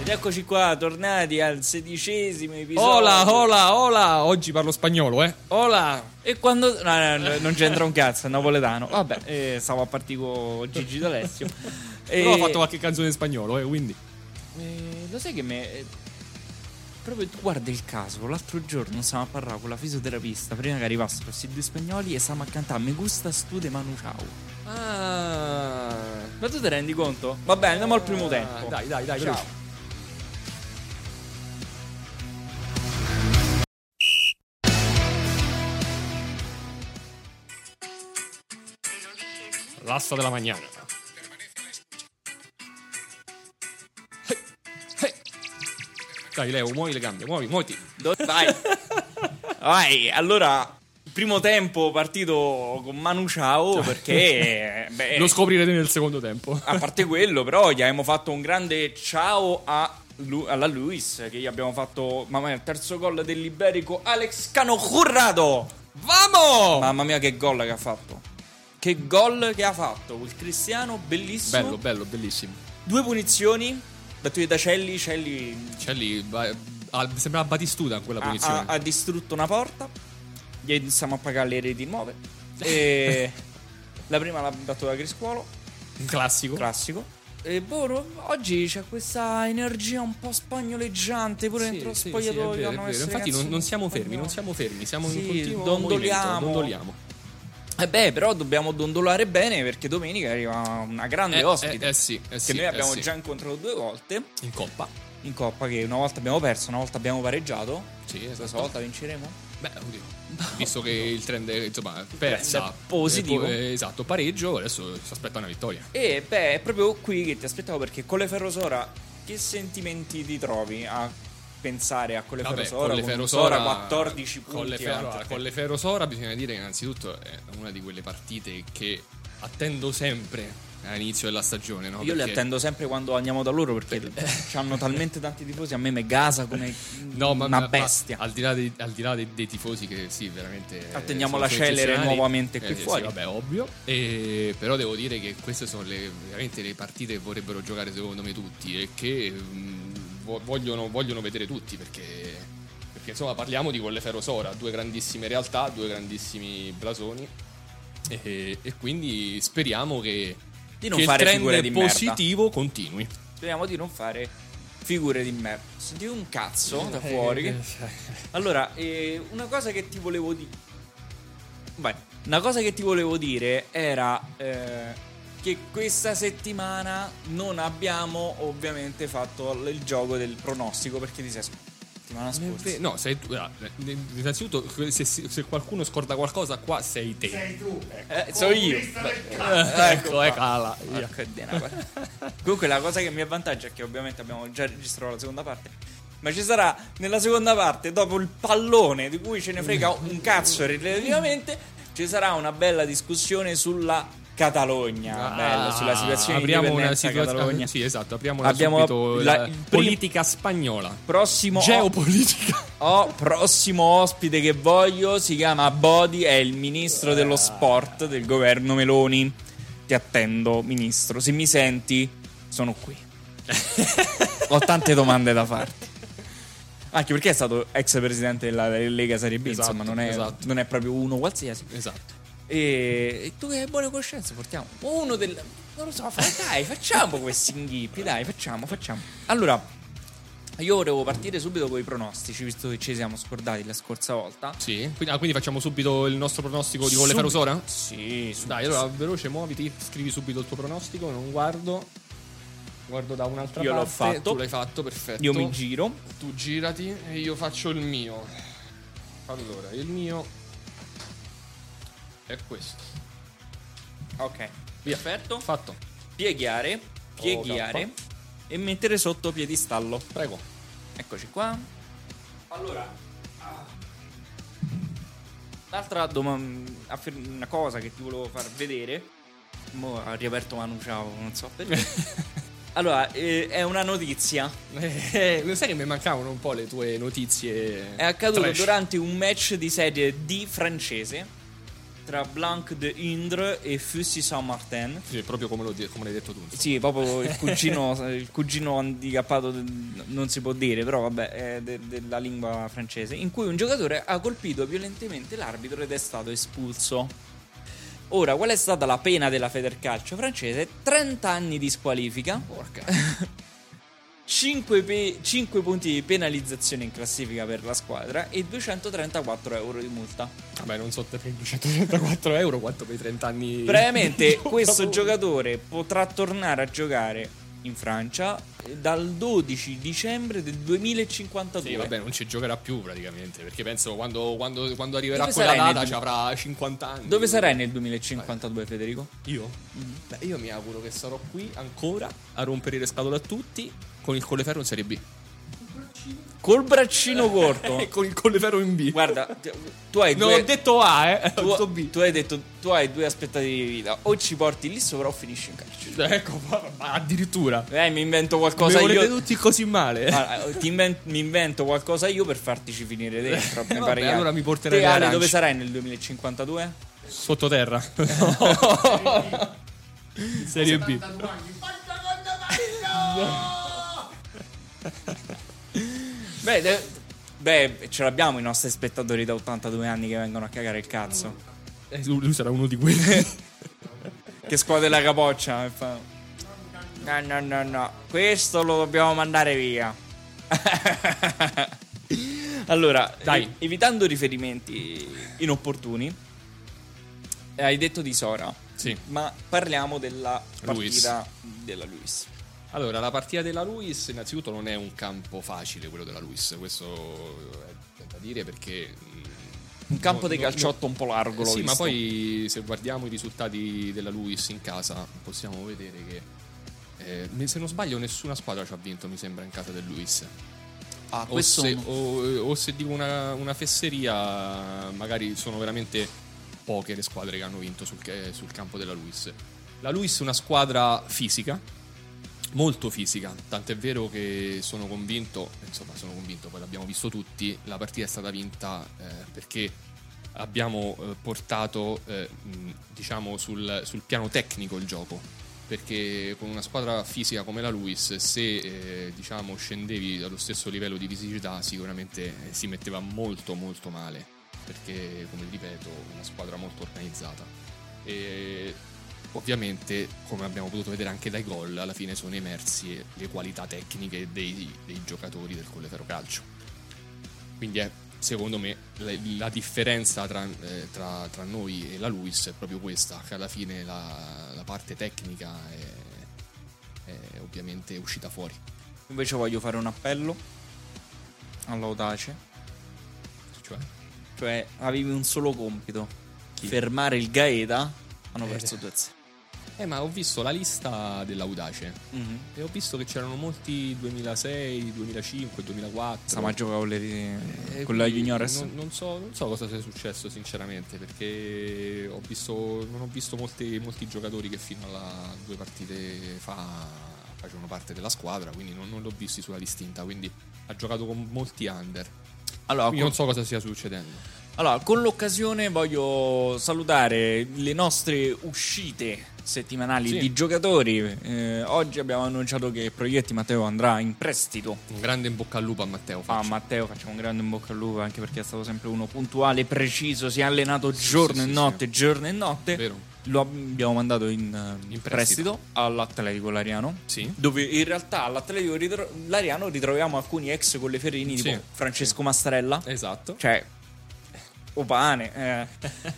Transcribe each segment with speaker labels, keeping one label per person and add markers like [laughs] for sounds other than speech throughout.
Speaker 1: Ed eccoci qua, tornati al sedicesimo episodio.
Speaker 2: Hola, hola, hola. Oggi parlo spagnolo, eh. Hola.
Speaker 1: E quando. No, no, no, non c'entra un cazzo, è napoletano. Vabbè, eh, stavo a partire con Gigi D'Alessio. E-
Speaker 2: [laughs] Però ho fatto qualche canzone in spagnolo, eh, quindi.
Speaker 1: Eh, lo sai che me. eh, Proprio tu guarda il caso, l'altro giorno stavamo a parlare con la fisioterapista prima che arrivassero questi due spagnoli e stavamo a cantare Me gusta stude Manu Ciao.
Speaker 2: Ah.
Speaker 1: Ma tu ti rendi conto? Vabbè, andiamo al primo tempo.
Speaker 2: Dai, dai, dai,
Speaker 1: Ciao.
Speaker 2: veloce. L'asta della mañana. Hey, hey. Dai, Leo, muovi le gambe, muovi, muoviti.
Speaker 1: Do- Vai. Vai, allora, primo tempo partito con Manu Ciao perché...
Speaker 2: [laughs]
Speaker 1: beh,
Speaker 2: Lo scoprirete nel secondo tempo.
Speaker 1: a parte quello, però, gli abbiamo fatto un grande ciao a Lu- alla Luis, che gli abbiamo fatto, mamma mia, il terzo gol dell'Iberico Alex Cano Currado.
Speaker 2: Vamo!
Speaker 1: Mamma mia, che gol che ha fatto. Che gol che ha fatto quel Cristiano, bellissimo.
Speaker 2: Bello, bello, bellissimo.
Speaker 1: Due punizioni battute da Celli, Celli
Speaker 2: C'è lì, ba- ah, sembrava Batistuta in quella
Speaker 1: ha,
Speaker 2: punizione.
Speaker 1: ha- ha distrutto una porta. Gli iniziamo a pagare le reti [laughs] nuove. E la prima l'ha battuta Criscuolo,
Speaker 2: Un classico.
Speaker 1: classico. Boh. E boh, no- oggi c'è questa energia un po' spagnoleggiante pure
Speaker 2: Sì,
Speaker 1: dentro lo
Speaker 2: sì,
Speaker 1: spogliatoio.
Speaker 2: sì, è vero, è
Speaker 1: hanno
Speaker 2: vero.
Speaker 1: messo le
Speaker 2: Infatti non,
Speaker 1: canzoni
Speaker 2: non siamo fermi,
Speaker 1: spagnole.
Speaker 2: non siamo fermi, siamo
Speaker 1: Sì,
Speaker 2: in continuo
Speaker 1: dondoliamo.
Speaker 2: movimento, dondoliamo.
Speaker 1: Eh beh, però dobbiamo dondolare bene perché domenica arriva una grande
Speaker 2: Eh,
Speaker 1: ospite.
Speaker 2: eh, eh sì, eh
Speaker 1: che
Speaker 2: sì,
Speaker 1: noi
Speaker 2: eh
Speaker 1: abbiamo
Speaker 2: sì.
Speaker 1: già incontrato due volte
Speaker 2: In coppa.
Speaker 1: in coppa. Che una volta abbiamo perso, una volta abbiamo pareggiato.
Speaker 2: Sì,
Speaker 1: Questa
Speaker 2: esatto.
Speaker 1: volta vinceremo.
Speaker 2: Beh, oddio, visto che il trend è, insomma, persa.
Speaker 1: è positivo.
Speaker 2: eh, po- eh, esatto, pareggio, adesso si aspetta una vittoria.
Speaker 1: E beh, è proprio qui che ti aspettavo perché con le ferrosora che sentimenti ti trovi a pensare a con le
Speaker 2: Vabbè,
Speaker 1: ferrosora?
Speaker 2: con le
Speaker 1: con
Speaker 2: Ferrosora,
Speaker 1: Sora 14 punti.
Speaker 2: con le, Ferro-
Speaker 1: avanti a te.
Speaker 2: con le Ferrosora bisogna dire che innanzitutto è una di quelle partite che attendo sempre all'inizio della stagione, no?
Speaker 1: Io le
Speaker 2: Perché-
Speaker 1: attendo sempre quando andiamo da loro perché [laughs] hanno talmente tanti tifosi, a me me gasa come
Speaker 2: [laughs] No, ma,
Speaker 1: una
Speaker 2: ma-
Speaker 1: bestia.
Speaker 2: ma al di là, dei, al di là dei- dei tifosi che sì, veramente... eh,
Speaker 1: Attendiamo
Speaker 2: sono
Speaker 1: la Celere
Speaker 2: eccezionali. Eh,
Speaker 1: nuovamente qui
Speaker 2: sì,
Speaker 1: fuori.
Speaker 2: vabbè, ovvio. E, però devo dire che queste sono le, veramente le partite che vorrebbero giocare secondo me tutti e che mh, vo- vogliono, vogliono vedere tutti perché... Perché insomma parliamo di Colleferro Sora, due grandissime realtà, due grandissimi blasoni e, e quindi speriamo che,
Speaker 1: Di non
Speaker 2: che
Speaker 1: fare
Speaker 2: il
Speaker 1: figure
Speaker 2: trend
Speaker 1: di merda.
Speaker 2: positivo continui.
Speaker 1: Speriamo di non fare figure di merda. Senti un cazzo
Speaker 2: Eh,
Speaker 1: da fuori. Allora, eh, una cosa che ti volevo dire. Vai. Una cosa che ti volevo dire era eh, che questa settimana non abbiamo ovviamente fatto l- il gioco del pronostico perché ti sei sc- settimana scorsa.
Speaker 2: Te- No, sei tu. ah, eh, innanzitutto, se, se qualcuno scorda qualcosa, qua sei te.
Speaker 1: Eh, so io.
Speaker 2: Eh, ecco, ecco, ala. via.
Speaker 1: Porca di una guarda. Comunque la cosa che mi avvantaggia è che ovviamente abbiamo già registrato la seconda parte. Ma ci sarà nella seconda parte, dopo il pallone di cui ce ne frega un cazzo relativamente, ci sarà una bella discussione sulla Catalogna. bella, Ah, sulla situazione di
Speaker 2: Ah, apriamo una
Speaker 1: indipendenza
Speaker 2: situazione
Speaker 1: Catalogna.
Speaker 2: Sì, esatto, apriamo
Speaker 1: Abbiamo
Speaker 2: subito
Speaker 1: la-
Speaker 2: la,
Speaker 1: il prim-
Speaker 2: politica spagnola.
Speaker 1: Prossimo,
Speaker 2: Geopolitica.
Speaker 1: [laughs] ho prossimo ospite che voglio si chiama Bodi, è il ministro dello sport del governo Meloni. Ti attendo, ministro. Se mi senti, sono
Speaker 2: [laughs]
Speaker 1: qui. Ho tante domande da farti. Anche perché è stato ex presidente della Lega Serie B,
Speaker 2: Esatto,
Speaker 1: insomma, non è,
Speaker 2: esatto.
Speaker 1: non è proprio uno qualsiasi.
Speaker 2: Esatto.
Speaker 1: E, e tu che hai buone coscienze, portiamo uno del. Non lo so, fa- dai, facciamo
Speaker 2: [laughs]
Speaker 1: questi inghippi, dai, facciamo, facciamo. Allora, io volevo partire subito con i pronostici, visto che ci siamo scordati la scorsa volta.
Speaker 2: Sì. Quindi, ah, quindi facciamo subito il nostro pronostico di Volle
Speaker 1: Subito.
Speaker 2: Ferosora?
Speaker 1: Sì, su-
Speaker 2: Dai, allora veloce, muoviti, scrivi subito il tuo pronostico. Non guardo. Guardo da un'altra
Speaker 1: Io l'ho
Speaker 2: parte.
Speaker 1: fatto.
Speaker 2: Tu l'hai fatto, perfetto.
Speaker 1: io mi giro.
Speaker 2: Tu girati e io faccio il mio. Allora, il mio è questo.
Speaker 1: Ok.
Speaker 2: Via.
Speaker 1: Perfetto.
Speaker 2: Fatto.
Speaker 1: Pieghiare, pieghiare
Speaker 2: Oh,
Speaker 1: e mettere sotto piedistallo.
Speaker 2: Prego.
Speaker 1: Eccoci qua. Allora, ah, l'altra domanda, una cosa che ti volevo far vedere. Mo ha riaperto Manu, ciao, non so perché. allora, eh, è una notizia.
Speaker 2: [laughs] Eh, lo sai che mi mancavano un po' le tue notizie.
Speaker 1: È accaduto
Speaker 2: trash.
Speaker 1: durante un match di serie D francese tra Blanc de Indre e Fussy Saint-Martin.
Speaker 2: Sì, proprio come, lo di- come l'hai detto tu. insomma.
Speaker 1: Sì, proprio il cugino, il cugino handicappato de- non si può dire, però vabbè, è de- della lingua francese, in cui un giocatore ha colpito violentemente l'arbitro ed è stato espulso. Ora, qual è stata la pena della Federcalcio francese? 30 anni di squalifica, [laughs]
Speaker 2: Porca.
Speaker 1: 5, punti di penalizzazione in classifica per la squadra e 234 euro di multa.
Speaker 2: Vabbè, non so te per 234 euro quanto per i 30 anni.
Speaker 1: [laughs]
Speaker 2: [laughs]
Speaker 1: Previamente
Speaker 2: Gioca
Speaker 1: questo
Speaker 2: pure.
Speaker 1: giocatore potrà tornare a giocare in Francia eh, dal 12 dicembre del 2052.
Speaker 2: Sì, vabbè, non ci giocherà più praticamente. Perché penso quando, quando- quando arriverà
Speaker 1: Dove
Speaker 2: quella
Speaker 1: sarai nel
Speaker 2: data ci
Speaker 1: du-
Speaker 2: avrà 50 anni.
Speaker 1: Dove sarai nel 2052 Federico?
Speaker 2: Io? Beh, io mi auguro che sarò qui ancora a rompere le scatole a tutti con il colleferro in Serie B.
Speaker 1: Col braccino
Speaker 2: [laughs] E
Speaker 1: corto.
Speaker 2: con il colleferro in
Speaker 1: [laughs]
Speaker 2: B.
Speaker 1: Guarda, t- tu hai
Speaker 2: non
Speaker 1: due...
Speaker 2: ho detto A, eh.
Speaker 1: tu-
Speaker 2: ho detto B.
Speaker 1: tu hai detto tu hai due aspettative di vita. O ci porti lì sopra o finisci in carcere.
Speaker 2: Ecco, ma- ma addirittura.
Speaker 1: Eh, mi invento
Speaker 2: Cosa Ah.
Speaker 1: qualcosa
Speaker 2: Mi
Speaker 1: [laughs]
Speaker 2: volete
Speaker 1: io.
Speaker 2: tutti così male?
Speaker 1: Allora, ti inven- mi invento qualcosa io per fartici finire dentro. mi
Speaker 2: vabbè,
Speaker 1: pare chiaro.
Speaker 2: allora mi porterai
Speaker 1: Te,
Speaker 2: le
Speaker 1: Ale,
Speaker 2: arance.
Speaker 1: dove sarai nel 2052?
Speaker 2: [laughs] Sottoterra. [laughs] Serie B.
Speaker 1: Beh, de- beh, ce l'abbiamo i nostri spettatori da 82 anni che vengono a cagare il cazzo.
Speaker 2: Eh, Lui lui sarà uno di quelli. [laughs]
Speaker 1: Che scuote la capoccia e fa... No, no, no, no, questo lo dobbiamo mandare via. [laughs] allora,
Speaker 2: Dai.
Speaker 1: e- evitando riferimenti inopportuni, eh, hai detto di Sora,
Speaker 2: sì.
Speaker 1: ma parliamo della
Speaker 2: Luis.
Speaker 1: partita della Luis.
Speaker 2: Allora, la partita della Luis, innanzitutto, non è un campo facile quello della Luis. Questo è da dire perché. mm,
Speaker 1: Un campo
Speaker 2: no-
Speaker 1: di
Speaker 2: no-
Speaker 1: calciotto un po' largo,
Speaker 2: Eh
Speaker 1: l'ho
Speaker 2: Sì, ma
Speaker 1: visto.
Speaker 2: poi se guardiamo i risultati della Luis in casa possiamo vedere che eh, ne- se non sbaglio nessuna squadra ci ha vinto, mi sembra, in casa del Luis.
Speaker 1: Ah,
Speaker 2: O
Speaker 1: questo...
Speaker 2: se, o- o se dico una, una fesseria, magari sono veramente poche le squadre che hanno vinto sul, che- sul campo della Luis. La Luis è una squadra fisica, molto fisica, tant'è vero che sono convinto, insomma sono convinto, poi l'abbiamo visto tutti, la partita è stata vinta eh, perché abbiamo eh, portato eh, mh, diciamo sul, sul piano tecnico il gioco, perché con una squadra fisica come la Luis se eh, diciamo scendevi dallo stesso livello di fisicità sicuramente eh, si metteva molto molto male, perché come ripeto una squadra molto organizzata e ovviamente come abbiamo potuto vedere anche dai gol alla fine sono emersi le qualità tecniche dei, dei giocatori del Colleferro Calcio quindi è secondo me la, la differenza tra, eh, tra- tra noi e la Luis è proprio questa che alla fine la, la parte tecnica è, è ovviamente uscita fuori
Speaker 1: Invece voglio fare un appello all'audace.
Speaker 2: cioè
Speaker 1: Cioè, avevi un solo compito: fermare il Gaeta. Hanno perso 2 0
Speaker 2: eh ma ho visto la lista dell'audace e ho visto che c'erano molti 2006 2005 2004
Speaker 1: Stava giocando con, le,
Speaker 2: Eh,
Speaker 1: con la
Speaker 2: quindi
Speaker 1: Juniores.
Speaker 2: Non, non so, non so cosa sia successo, sinceramente, perché ho visto, non ho visto molti, molti giocatori che fino a due partite fa facevano parte della squadra, quindi non, non l'ho visti sulla distinta. Quindi ha giocato con molti under.
Speaker 1: Allora,
Speaker 2: Io
Speaker 1: Ah, con,
Speaker 2: non so cosa stia succedendo.
Speaker 1: allora, con l'occasione voglio salutare le nostre uscite settimanali
Speaker 2: Sì.
Speaker 1: di giocatori. Eh, oggi abbiamo annunciato che Proietti Matteo andrà in prestito.
Speaker 2: Un grande in bocca al lupo a Matteo.
Speaker 1: A
Speaker 2: Faccio.
Speaker 1: Matteo facciamo un grande in bocca al lupo anche perché è stato sempre uno puntuale, preciso, si è allenato
Speaker 2: Sì,
Speaker 1: giorno e
Speaker 2: sì, sì,
Speaker 1: notte,
Speaker 2: sì.
Speaker 1: giorno e notte.
Speaker 2: Vero.
Speaker 1: Lo abbiamo mandato in, eh,
Speaker 2: In prestito.
Speaker 1: prestito all'Atletico Lariano.
Speaker 2: Sì.
Speaker 1: Dove in realtà all'Atletico ritro- Lariano ritroviamo alcuni ex colleferini
Speaker 2: Sì,
Speaker 1: tipo Francesco Mastarella,
Speaker 2: Esatto.
Speaker 1: cioè Opane, eh,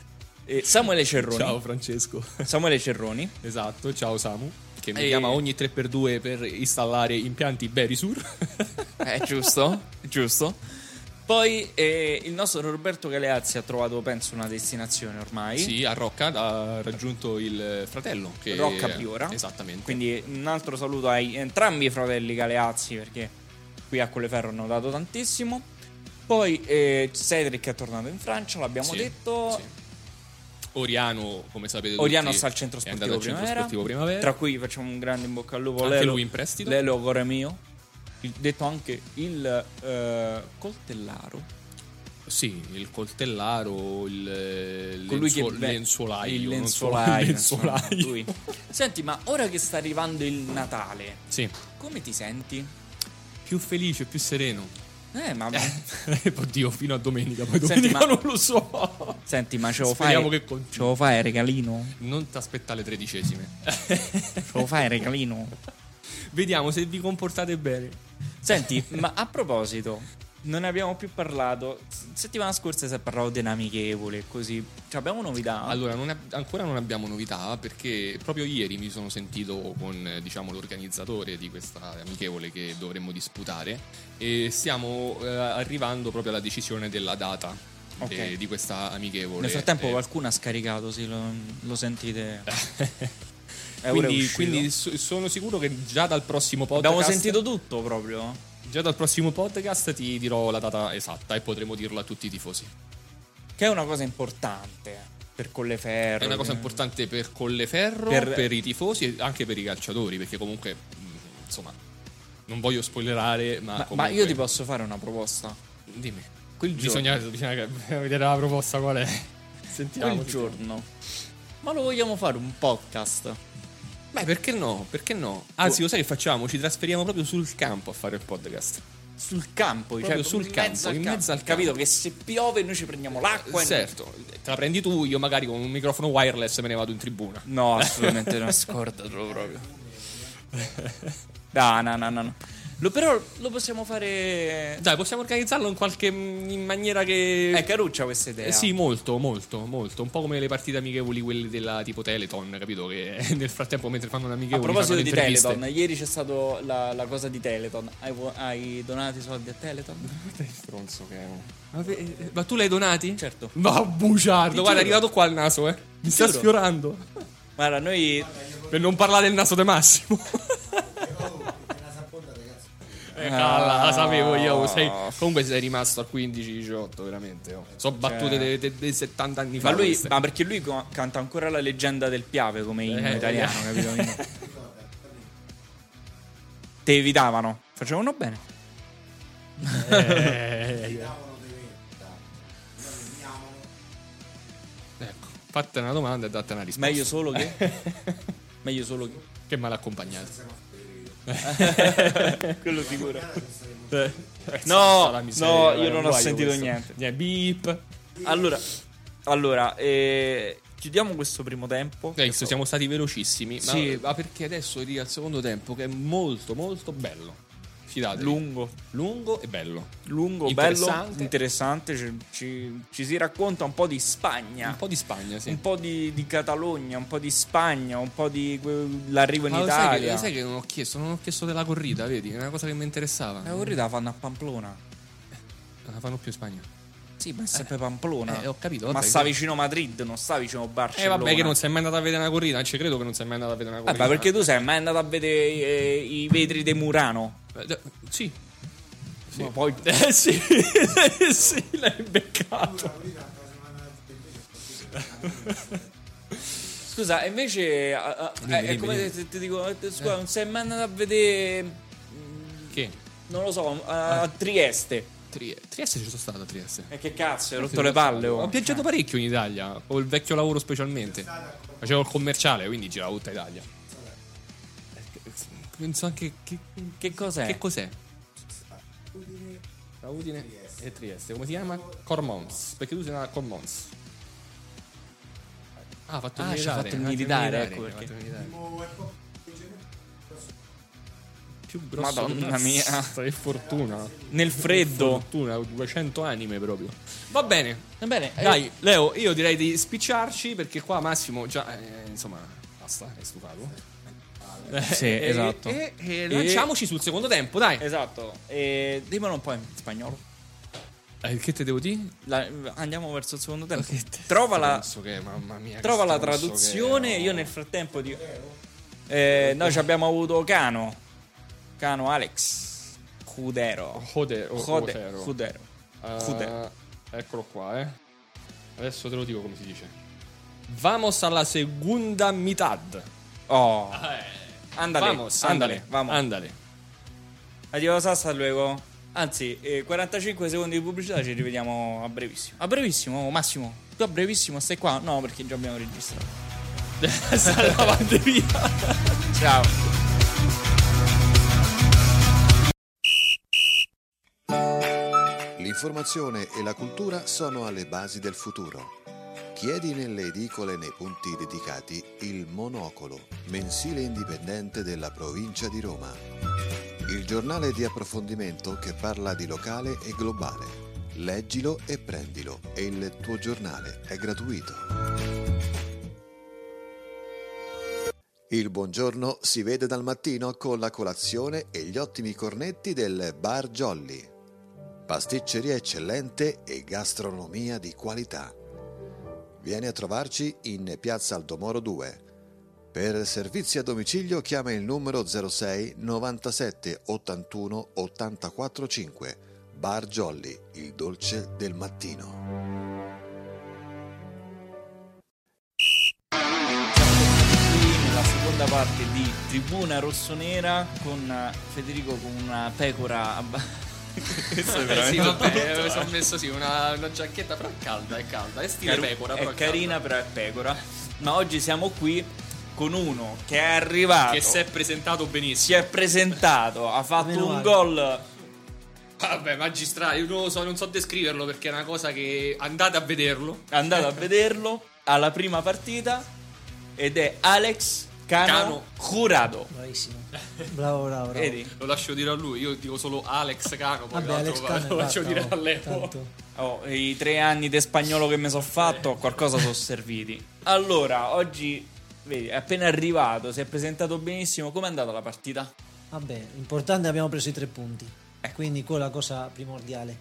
Speaker 1: [laughs] e Samuele Cerroni.
Speaker 2: Ciao Francesco. [laughs]
Speaker 1: Samuele Cerroni.
Speaker 2: esatto, ciao Samu. Che mi
Speaker 1: E-
Speaker 2: chiama ogni 3x2 per installare impianti Berisur. [laughs]
Speaker 1: Eh, giusto, giusto. Poi eh, il nostro Roberto Galeazzi ha trovato, penso, una destinazione ormai.
Speaker 2: Sì, a Rocca ha raggiunto il fratello. Che
Speaker 1: Rocca Piora.
Speaker 2: Esattamente.
Speaker 1: Quindi un altro saluto ai entrambi i fratelli Galeazzi perché qui a Colleferro hanno dato tantissimo. Poi eh, Cedric è tornato in Francia, l'abbiamo
Speaker 2: Sì,
Speaker 1: detto.
Speaker 2: sì. Oriano, come sapete
Speaker 1: Oriano
Speaker 2: tutti,
Speaker 1: sta al centro sportivo,
Speaker 2: è andato al centro
Speaker 1: primavera,
Speaker 2: sportivo primavera.
Speaker 1: Tra cui facciamo un grande in bocca al lupo.
Speaker 2: Anche
Speaker 1: Lelo,
Speaker 2: lui in prestito.
Speaker 1: Lelo, cuore mio. Il- detto anche il eh, coltellaro.
Speaker 2: Sì, il coltellaro, il eh,
Speaker 1: Colui
Speaker 2: lenzuo-
Speaker 1: che ve-
Speaker 2: lenzuolaio.
Speaker 1: Il
Speaker 2: non so-
Speaker 1: lenzolaio.
Speaker 2: il
Speaker 1: insomma,
Speaker 2: [laughs] lenzuolaio.
Speaker 1: lui. Senti, ma ora che sta arrivando il Natale,
Speaker 2: Sì,
Speaker 1: come ti senti?
Speaker 2: più felice, più sereno. [laughs]
Speaker 1: Eh, ma.
Speaker 2: Oddio, fino a domenica, poi
Speaker 1: Senti,
Speaker 2: domenica
Speaker 1: ma-
Speaker 2: non lo so.
Speaker 1: Senti, ma ce lo fai.
Speaker 2: Speriamo che continui.
Speaker 1: Ce lo fai, regalino.
Speaker 2: Non ti aspetta le tredicesime.
Speaker 1: Ce lo fai, regalino.
Speaker 2: [laughs] Vediamo se vi comportate bene.
Speaker 1: Senti, ma a proposito, non ne abbiamo più parlato. S- Settimana scorsa si è parlato di amichevole e così. Cioè, abbiamo novità.
Speaker 2: Allora, non ab- ancora non abbiamo novità perché proprio ieri mi sono sentito con eh, diciamo, l'organizzatore di questa amichevole che dovremmo disputare e stiamo eh, arrivando proprio alla decisione della data
Speaker 1: Ok.
Speaker 2: eh, di questa amichevole.
Speaker 1: Nel frattempo,
Speaker 2: Eh,
Speaker 1: qualcuno ha scaricato. Se lo, lo
Speaker 2: [laughs]
Speaker 1: sentite, Eh, ora è
Speaker 2: quindi,
Speaker 1: uscito.
Speaker 2: quindi so- sono sicuro che già dal prossimo podcast
Speaker 1: abbiamo sentito tutto proprio.
Speaker 2: già dal prossimo podcast ti dirò la data esatta e potremo dirlo a tutti i tifosi.
Speaker 1: Che è una cosa importante per Colleferro.
Speaker 2: È una cosa
Speaker 1: per-
Speaker 2: importante per Colleferro,
Speaker 1: Per-
Speaker 2: per, i tifosi e anche per i calciatori, perché comunque, mh, insomma, non voglio spoilerare, ma,
Speaker 1: Ma, ma
Speaker 2: comunque-
Speaker 1: io ti posso fare una proposta.
Speaker 2: Dimmi.
Speaker 1: Quel giorno,
Speaker 2: Bisogna, bisogna che- [laughs] vedere la proposta qual è. Sentiamo.
Speaker 1: quel giorno. Ma lo vogliamo fare un podcast?
Speaker 2: Beh, perché no? Perché no? Anzi, lo sai che facciamo? Ci trasferiamo proprio sul campo a fare il podcast.
Speaker 1: Sul campo,
Speaker 2: Proprio
Speaker 1: cioè,
Speaker 2: sul
Speaker 1: in
Speaker 2: campo,
Speaker 1: mezzo al
Speaker 2: in
Speaker 1: campo. Eh,
Speaker 2: mezzo al
Speaker 1: Capito
Speaker 2: campo.
Speaker 1: che se piove noi ci prendiamo l'acqua. e-
Speaker 2: certo, te la prendi tu, io magari con un microfono wireless me ne vado in tribuna.
Speaker 1: No, assolutamente no, scordatelo [laughs] proprio. Ah, No, no, no, no. no. Lo- però lo possiamo fare...
Speaker 2: Dai, possiamo organizzarlo in qualche mh, in maniera che
Speaker 1: È caruccia questa idea.
Speaker 2: Eh sì, molto, molto, molto. Un po' come le partite amichevoli, quelle della tipo Teleton, capito? Che [laughs] eh, nel frattempo, mentre fanno
Speaker 1: A
Speaker 2: un'amichevole,
Speaker 1: proposito
Speaker 2: fanno
Speaker 1: di
Speaker 2: le interviste.
Speaker 1: Teleton, ieri c'è stata la, la cosa di Teleton. Hai, vu- hai donato i soldi a Teleton?
Speaker 2: Stronzo che Ma tu l'hai donati?
Speaker 1: Certo.
Speaker 2: Ma
Speaker 1: Ti
Speaker 2: bugiardo, guarda, è
Speaker 1: giuro.
Speaker 2: arrivato qua il naso, eh. Mi sta
Speaker 1: giuro.
Speaker 2: sfiorando.
Speaker 1: Guarda, noi
Speaker 2: Per non parlare del naso di Massimo. Eh, calla, la sapevo io. sei- comunque sei rimasto al 15-18, veramente. oh. So battute dei de, de 70 anni
Speaker 1: Cioè. Ma,
Speaker 2: fa.
Speaker 1: lui,
Speaker 2: queste.
Speaker 1: ma perché lui co- canta ancora la leggenda del Piave come in
Speaker 2: Eh,
Speaker 1: italiano,
Speaker 2: eh.
Speaker 1: capito? [laughs] Quindi- Te evitavano, facevano bene.
Speaker 2: Ecco, fatte una domanda e date una risposta.
Speaker 1: Meglio solo [laughs] che. Meglio solo che.
Speaker 2: Che mal accompagnato.
Speaker 1: [laughs] Quello sicuro.
Speaker 2: Eh. No,
Speaker 1: no, io non ho sentito niente.
Speaker 2: Beep.
Speaker 1: Allora, allora eh, chiudiamo questo primo tempo.
Speaker 2: Adesso siamo stati velocissimi. Ma,
Speaker 1: Sì.
Speaker 2: ma perché adesso lì al secondo tempo che è molto molto bello. Fidatevi.
Speaker 1: Lungo,
Speaker 2: Lungo e bello.
Speaker 1: lungo, bello,
Speaker 2: Interessante.
Speaker 1: interessante. Ci, ci- ci si racconta un po' di Spagna.
Speaker 2: Ah. Un po' di Spagna, sì.
Speaker 1: un po' di, di Catalogna, un po' di Spagna, un po' di que- l'arrivo in
Speaker 2: Ma lo sai, che,
Speaker 1: Italia.
Speaker 2: lo sai che non ho chiesto? Non ho chiesto della corrida, vedi? È una cosa che mi interessava.
Speaker 1: La corrida la fanno a Pamplona.
Speaker 2: Non la fanno più in Spagna.
Speaker 1: Sì, ma è sempre Pamplona.
Speaker 2: eh, ho capito,
Speaker 1: Ma
Speaker 2: vabbè,
Speaker 1: sta
Speaker 2: che-
Speaker 1: vicino Madrid, non sta vicino
Speaker 2: Eh
Speaker 1: Barcellona.
Speaker 2: vabbè che non sei mai andato a vedere una corrida, non ci credo che non sei mai andato a vedere una
Speaker 1: Eh,
Speaker 2: corrida.
Speaker 1: ma perché tu sei mai andato a vedere eh, i vetri di Murano?
Speaker 2: Eh, d- Sì.
Speaker 1: Ma poi
Speaker 2: Eh sì, [laughs] sì, l'hai beccato.
Speaker 1: Scusa, e invece a- a- è
Speaker 2: dimmi,
Speaker 1: come
Speaker 2: dimmi.
Speaker 1: se ti dico eh, scusa, non sei mai andato a vedere mm,
Speaker 2: Che?
Speaker 1: non lo so, a, a
Speaker 2: Ah.
Speaker 1: Trieste.
Speaker 2: Tri- Trieste ci sono stato a Trieste.
Speaker 1: E che cazzo, hai rotto le palle oh.
Speaker 2: Ho viaggiato parecchio in Italia, ho il vecchio lavoro specialmente. Facevo il commerciale, quindi giravo tutta Italia. Eh, Penso anche che,
Speaker 1: Che cos'è?
Speaker 2: che cos'è? Tra Udine e Trieste, come si chiama? Cormons, perché tu sei una Cormons. Ah, ha fatto il
Speaker 1: Ah, ci ha
Speaker 2: militare.
Speaker 1: fatto il
Speaker 2: ha
Speaker 1: militare,
Speaker 2: militare,
Speaker 1: ecco
Speaker 2: ha fatto il militare. Più grosso
Speaker 1: Madonna
Speaker 2: del
Speaker 1: mia.
Speaker 2: cazzo, Che fortuna.
Speaker 1: Nel freddo.
Speaker 2: Fortuna, 200 anime proprio. Va bene,
Speaker 1: Va bene, eh,
Speaker 2: dai, Leo, io direi di spicciarci perché qua Massimo già, eh, insomma, basta, è stufato.
Speaker 1: Sì,
Speaker 2: [laughs] E-
Speaker 1: esatto.
Speaker 2: E, e lanciamoci sul secondo tempo, dai.
Speaker 1: Esatto. E dimmelo un po' in spagnolo.
Speaker 2: Eh, che te devo dire?
Speaker 1: La- andiamo verso il secondo tempo.
Speaker 2: Che te-
Speaker 1: Trova la,
Speaker 2: stronzo che- mamma mia, che
Speaker 1: trova la
Speaker 2: stronzo
Speaker 1: traduzione.
Speaker 2: che-
Speaker 1: Io nel frattempo dico. Eh, noi ci abbiamo avuto Cano. Cano Alex. Cudero.
Speaker 2: Jode- o-
Speaker 1: Jode-
Speaker 2: Otero.
Speaker 1: Cudero.
Speaker 2: Ah,
Speaker 1: Cudero.
Speaker 2: eccolo qua, eh. Adesso te lo dico come si dice. Vamos alla segunda mitad.
Speaker 1: Oh.
Speaker 2: Andale,
Speaker 1: Andale,
Speaker 2: vamos,
Speaker 1: andale,
Speaker 2: andale,
Speaker 1: vamos.
Speaker 2: andale.
Speaker 1: Adios, hasta luego. Anzi, eh, 45 secondi di pubblicità, ci rivediamo a brevissimo. A brevissimo, oh, Massimo. Tu a brevissimo stai qua? No, perché già abbiamo registrato. [laughs]
Speaker 2: Sta lavando via.
Speaker 1: Ciao.
Speaker 3: L'informazione e la cultura sono alle basi del futuro. Chiedi nelle edicole e nei punti dedicati il Monocolo, mensile indipendente della provincia di Roma. Il giornale di approfondimento che parla di locale e globale. Leggilo e prendilo e il tuo giornale è gratuito. Il buongiorno si vede dal mattino con la colazione e gli ottimi cornetti del Bar Jolly. Pasticceria eccellente e gastronomia di qualità. Vieni a trovarci in Piazza Aldomoro 2. Per servizi a domicilio chiama il numero 06 97 81 84 5. Bar Jolly, il dolce del mattino.
Speaker 1: Qui nella seconda parte di Tribuna Rossonera con eh, Federico con una pecora a ba- Questo è
Speaker 2: sì,
Speaker 1: veramente
Speaker 2: vabbè,
Speaker 1: brutto,
Speaker 2: mi sono
Speaker 1: eh.
Speaker 2: messo sì, una, una giacchetta però è calda, è calda, è stile
Speaker 1: Caru-
Speaker 2: pecora, però
Speaker 1: è carina però è pecora. Ma oggi siamo qui con uno che è arrivato,
Speaker 2: calda. che si è presentato
Speaker 1: si
Speaker 2: benissimo.
Speaker 1: è presentato, ha fatto
Speaker 4: Meno
Speaker 1: un
Speaker 4: male.
Speaker 1: gol
Speaker 2: Vabbè, magistrale, io non lo so, non so descriverlo perché è una cosa che andate a vederlo.
Speaker 1: andate a vederlo alla prima partita ed è Alex Cano,
Speaker 2: Cano.
Speaker 1: Jurado.
Speaker 5: Bravissimo. Bravo, bravo, bravo.
Speaker 1: Vedi?
Speaker 2: Lo lascio dire a lui, io dico solo Alex Cano, poi
Speaker 5: Vabbè,
Speaker 2: l'altro
Speaker 5: Alex Cano
Speaker 2: lo
Speaker 5: è
Speaker 2: lascio
Speaker 5: fatta,
Speaker 2: dire a
Speaker 5: oh,
Speaker 2: Lepo.
Speaker 5: tanto.
Speaker 1: Oh, i tre anni di spagnolo che mi sono fatto, qualcosa sono serviti. Allora, oggi, vedi, è appena arrivato, si è presentato benissimo. Com'è andata la partita?
Speaker 5: Vabbè, importante abbiamo preso i tre punti. Quindi quella è la cosa primordiale.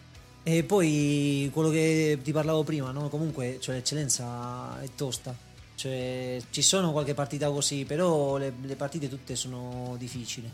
Speaker 5: E poi quello che ti parlavo prima, no? Comunque, cioè, l'eccellenza è tosta. Cioè, ci sono qualche partita così, però le, le partite tutte sono difficili.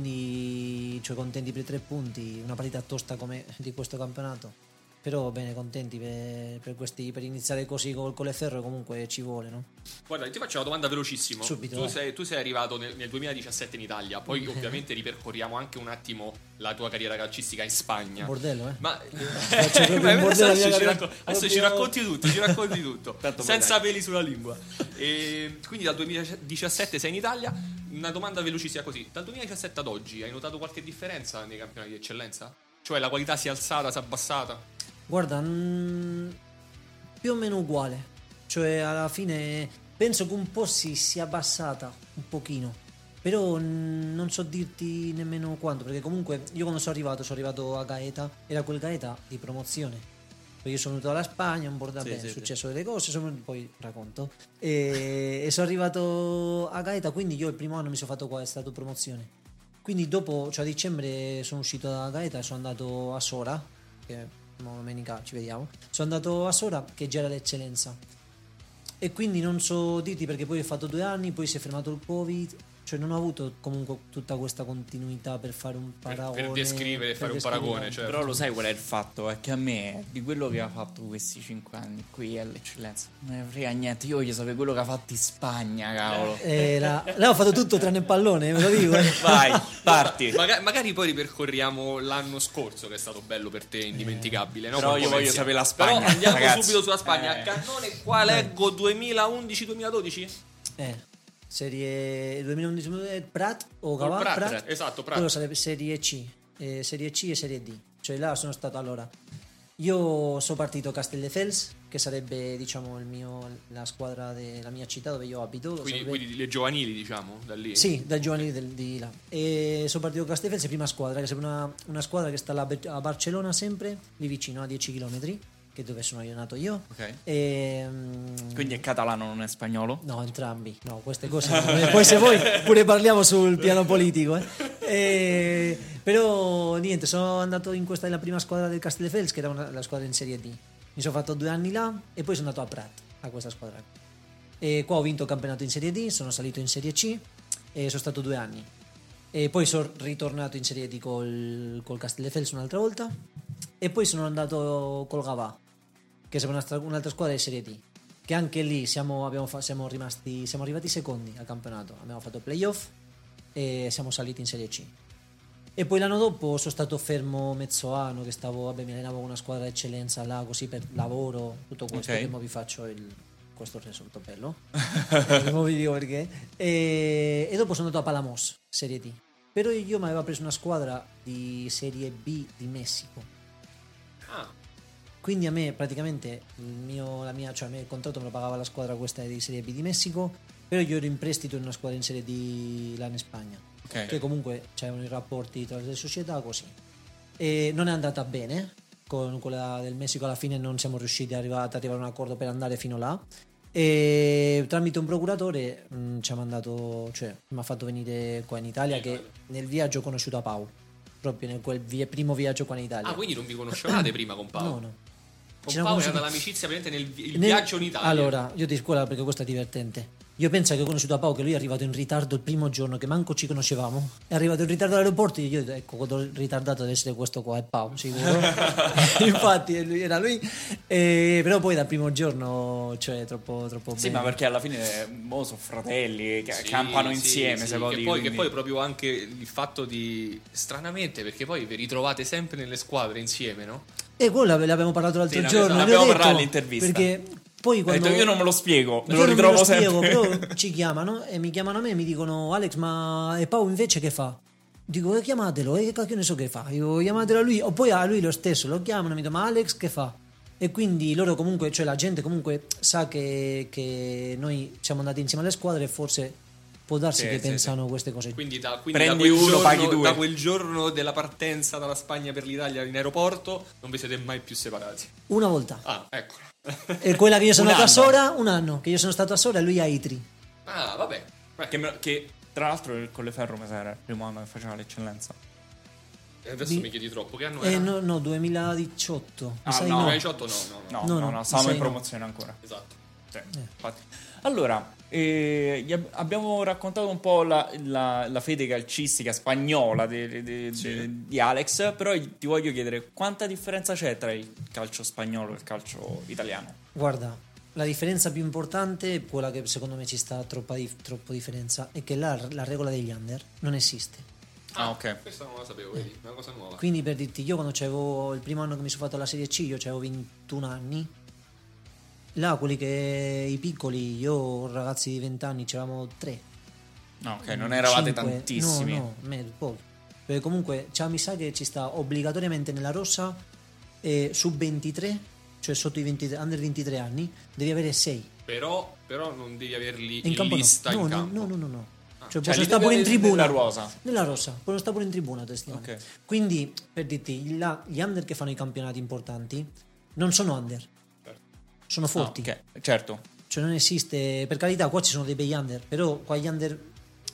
Speaker 5: Quindi, cioè, contenti per i tre punti, una partita tosta come di questo campionato. Però bene, contenti per, per questi, per iniziare così col, con le ferro comunque ci vuole, no?
Speaker 2: Guarda, ti faccio una domanda velocissimo.
Speaker 5: Subito,
Speaker 2: Tu
Speaker 5: vai. Eh.
Speaker 2: sei, tu sei arrivato nel, nel 2017 in Italia, poi ovviamente ripercorriamo anche un attimo la tua carriera calcistica in Spagna.
Speaker 5: Bordello, eh?
Speaker 2: Ma [laughs]
Speaker 5: proprio
Speaker 2: Beh,
Speaker 5: un bordello alla
Speaker 2: adesso,
Speaker 5: mia
Speaker 2: ci,
Speaker 5: carriera.
Speaker 2: racco- adesso
Speaker 5: Oddio.
Speaker 2: ci racconti tutto, ci racconti tutto.
Speaker 1: Tanto poi
Speaker 2: senza peli sulla lingua. E quindi dal 2017 sei in Italia. Una domanda velocissima così: dal 2017 ad oggi hai notato qualche differenza nei campionati di eccellenza? Cioè la qualità si è alzata, si è abbassata?
Speaker 5: Guarda, mm, più o meno uguale. Cioè, alla fine penso che un po' si sia abbassata un pochino. Però mm, non so dirti nemmeno quanto, perché comunque io quando sono arrivato, sono arrivato a Gaeta, era quel Gaeta di promozione. Poi io sono venuto dalla Spagna, un po' da
Speaker 1: Sì,
Speaker 5: bene,
Speaker 1: sì,
Speaker 5: è
Speaker 1: sì.
Speaker 5: successo delle cose, sono- poi racconto. E, e sono arrivato a Gaeta, quindi io il primo anno mi sono fatto qua, è stato promozione. Quindi dopo, cioè a dicembre sono uscito da Gaeta e sono andato a Sora, che mo domenica ci vediamo. Sono andato a Sora che già era l'eccellenza. E quindi non so dirti perché poi ho fatto due anni, poi si è fermato il Covid, cioè non ho avuto comunque tutta questa continuità per fare un
Speaker 2: Per-
Speaker 5: paragone.
Speaker 2: per descrivere, fare un
Speaker 5: descrivere.
Speaker 2: paragone, cioè.
Speaker 1: Però lo sai qual è il fatto? È che a me, di quello che ha fatto questi 5 anni qui all'eccellenza, non ne frega niente. Io voglio sapere quello che ha fatto in Spagna, cavolo.
Speaker 5: Era... Là ho fatto tutto tranne il pallone, ve lo
Speaker 2: [laughs]
Speaker 5: dico. eh.
Speaker 1: Vai, parti.
Speaker 2: Maga- magari poi ripercorriamo l'anno scorso, che è stato bello per te, indimenticabile. No?
Speaker 1: Però
Speaker 2: Come
Speaker 1: io voglio
Speaker 2: pensi-
Speaker 1: sapere la
Speaker 2: Però
Speaker 1: Spagna,
Speaker 2: andiamo
Speaker 1: ragazzi.
Speaker 2: subito sulla Spagna.
Speaker 1: Eh.
Speaker 2: Cannone, qua leggo 2011-2012?
Speaker 5: Eh, serie 2011 eh, Prat o Gavà
Speaker 2: Prat,
Speaker 5: Prat,
Speaker 2: Prat, esatto, Prat.
Speaker 5: Quello sarebbe serie C, eh, serie C e serie D. Cioè là sono stato allora. Io sono partito Castelldefels, che sarebbe diciamo il mio, la squadra della mia città dove io abito.
Speaker 2: Quindi,
Speaker 5: sarebbe-
Speaker 2: quindi le giovanili, diciamo, da lì.
Speaker 5: sì, da giovani del- di là. E sono partito con Castelldefels, prima squadra, che è una, una squadra che sta là a Be- a Barcellona sempre, lì vicino a 10 km, che è dove sono io nato io.
Speaker 1: Ok.
Speaker 5: E, mm,
Speaker 1: Quindi è catalano, non è spagnolo?
Speaker 5: No, entrambi, no, queste cose. no. Eh, Poi se voi pure parliamo sul piano politico. eh. Eh, però niente, sono andato in questa nella prima squadra del Castelldefels, che era una- la squadra in Serie D. Mi sono fatto due anni là e poi sono andato a Prat, a questa squadra. E qua ho vinto il campionato in Serie D, sono salito in Serie C e sono stato due anni. E poi sono ritornato in Serie D col, col Castelldefels un'altra volta. E poi sono andato col Gavà, che sembra un'altra, un'altra squadra di Serie D. Che anche lì siamo, abbiamo fa- siamo rimasti, siamo arrivati secondi al campionato. Abbiamo fatto playoff e siamo saliti in Serie C. E poi l'anno dopo sono stato fermo mezzo anno che stavo, vabbè, mi allenavo con una squadra d'eccellenza là, così per lavoro, tutto questo.
Speaker 1: Ok.
Speaker 5: Che mo vi faccio il, questo risultato bello. [laughs] Eh, non vi dico perché. E, e dopo sono andato a Palamos, Serie D. Però io mi aveva preso una squadra di Serie B di Messico. Quindi a me praticamente il mio, la mia- cioè, a me il contratto me lo pagava la squadra questa di Serie B di Messico, però io ero in prestito in una squadra in Serie D là in Spagna.
Speaker 1: Ok.
Speaker 5: Che comunque c'erano i rapporti tra le società così. E non è andata bene con quella del Messico, alla fine non siamo riusciti ad arrivare, ad arrivare a un accordo per andare fino là. E tramite un procuratore mh, ci ha mandato, cioè mi ha fatto venire qua in Italia che nel viaggio ho conosciuto a Pau, proprio nel quel vi- primo viaggio qua in Italia.
Speaker 2: Ah, quindi non vi conoscevate prima con Paolo?
Speaker 5: No, no.
Speaker 2: Con
Speaker 5: C'era
Speaker 2: Paolo è
Speaker 5: conosciuto-
Speaker 2: stata l'amicizia praticamente nel vi- il
Speaker 5: Nel-
Speaker 2: viaggio in Italia.
Speaker 5: Allora, io ti scuola perché questo è divertente. Io penso che ho conosciuto a Pau che lui è arrivato in ritardo il primo giorno che manco ci conoscevamo. È arrivato in ritardo all'aeroporto e io ho detto, ecco, quello ritardato deve essere questo qua, è
Speaker 1: [laughs]
Speaker 5: Pau, sicuro. Infatti lui- era lui. E- però poi dal primo giorno, cioè, troppo, troppo
Speaker 1: Sì,
Speaker 5: bene.
Speaker 1: ma perché alla fine eh, mo sono fratelli che
Speaker 2: Sì,
Speaker 1: campano
Speaker 2: sì,
Speaker 1: insieme,
Speaker 2: sì,
Speaker 1: se vuoi
Speaker 2: che
Speaker 1: dire,
Speaker 2: poi, che
Speaker 1: quindi-
Speaker 2: poi proprio anche il fatto di stranamente perché poi vi ritrovate sempre nelle squadre insieme, no?
Speaker 5: E quello l'ave- l'abbiamo parlato l'altro
Speaker 2: Sì, l'abbiamo-
Speaker 5: giorno.
Speaker 1: l'abbiamo
Speaker 5: gli ho
Speaker 1: parlato
Speaker 5: detto,
Speaker 1: all'intervista.
Speaker 5: Perché poi
Speaker 1: Ho detto,
Speaker 5: quando...
Speaker 1: io non me lo spiego, me
Speaker 5: Io
Speaker 1: lo
Speaker 5: non
Speaker 1: ritrovo
Speaker 5: spiego,
Speaker 1: sempre. [laughs]
Speaker 5: però ci chiamano e mi chiamano a me e mi dicono Alex ma e Pau invece che fa? Dico "Eh, chiamatelo, e che cacchio ne so che fa? Io chiamatelo a lui, o poi a lui lo stesso, lo chiamano e mi dicono ma Alex che fa? E quindi loro comunque, cioè la gente comunque sa che, che noi siamo andati insieme alle squadre e forse può darsi
Speaker 1: Sì,
Speaker 5: che
Speaker 1: sì,
Speaker 5: pensano queste cose.
Speaker 2: Quindi da, quindi da
Speaker 1: Prendi
Speaker 2: quel
Speaker 1: uno,
Speaker 2: giorno,
Speaker 1: paghi due.
Speaker 2: da quel giorno della partenza dalla Spagna per l'Italia in aeroporto non vi siete mai più separati.
Speaker 5: Una volta.
Speaker 2: Ah, eccola.
Speaker 5: E quella che io sono
Speaker 1: Un
Speaker 5: andato a
Speaker 1: anno.
Speaker 5: Sora, un anno, che io sono stato a Sora e lui a Itri.
Speaker 2: Ah, vabbè. Beh,
Speaker 1: Che, me- che, tra l'altro il Colleferro mi sa era il primo anno che faceva l'eccellenza.
Speaker 2: Eh, adesso
Speaker 5: di-
Speaker 2: mi chiedi troppo. Che anno
Speaker 5: Eh,
Speaker 2: era?
Speaker 5: no, no, 2018. Mi
Speaker 1: Ah,
Speaker 5: sa di
Speaker 1: no.
Speaker 5: no.
Speaker 2: 2018 no, no, no.
Speaker 1: No, no,
Speaker 5: No, no,
Speaker 1: no, Eh. stavamo
Speaker 5: mi sa
Speaker 1: in
Speaker 5: di no.
Speaker 1: promozione ancora.
Speaker 2: Esatto.
Speaker 1: Sì, infatti. Allora, eh, gli ab- abbiamo raccontato un po' la, la- la fede calcistica spagnola de- de- de- de- di Alex, però ti voglio chiedere quanta differenza c'è tra il calcio spagnolo e il calcio italiano?
Speaker 5: Guarda, la differenza più importante, quella che secondo me ci sta troppa dif- troppo differenza, è che la, la regola degli under non esiste.
Speaker 1: Ah, ok.
Speaker 2: Questa non la sapevo, vedi? Una cosa nuova.
Speaker 5: Quindi per dirti, io quando c'avevo il primo anno che mi sono fatto la Serie C, io avevo 21 anni. Là, quelli che i piccoli, io ragazzi di 20 anni, c'eravamo 3.
Speaker 1: No, ok, non eravate tantissimi.
Speaker 5: No, no, me- pochi. Perché comunque cioè, mi sa che ci sta obbligatoriamente nella rossa eh, sub 23, cioè sotto i 23, under 23 anni, devi avere 6.
Speaker 2: Però, però non devi averli in,
Speaker 5: in campo no.
Speaker 2: lista
Speaker 5: no,
Speaker 2: in
Speaker 5: no,
Speaker 2: campo.
Speaker 5: no, no, no, no.
Speaker 1: Cioè,
Speaker 5: Cioè, possono
Speaker 1: li
Speaker 5: stare pure in
Speaker 1: devi
Speaker 5: tribuna.
Speaker 1: nella rosa.
Speaker 5: Nella rosa, possono stare pure in tribuna. testimone.
Speaker 1: Ok.
Speaker 5: Quindi, per dirti, la- gli under che fanno i campionati importanti non sono under, sono
Speaker 1: Ah,
Speaker 5: forti.
Speaker 1: ok, certo.
Speaker 5: Cioè, non esiste, per carità, qua ci sono dei bei under, però qua gli under,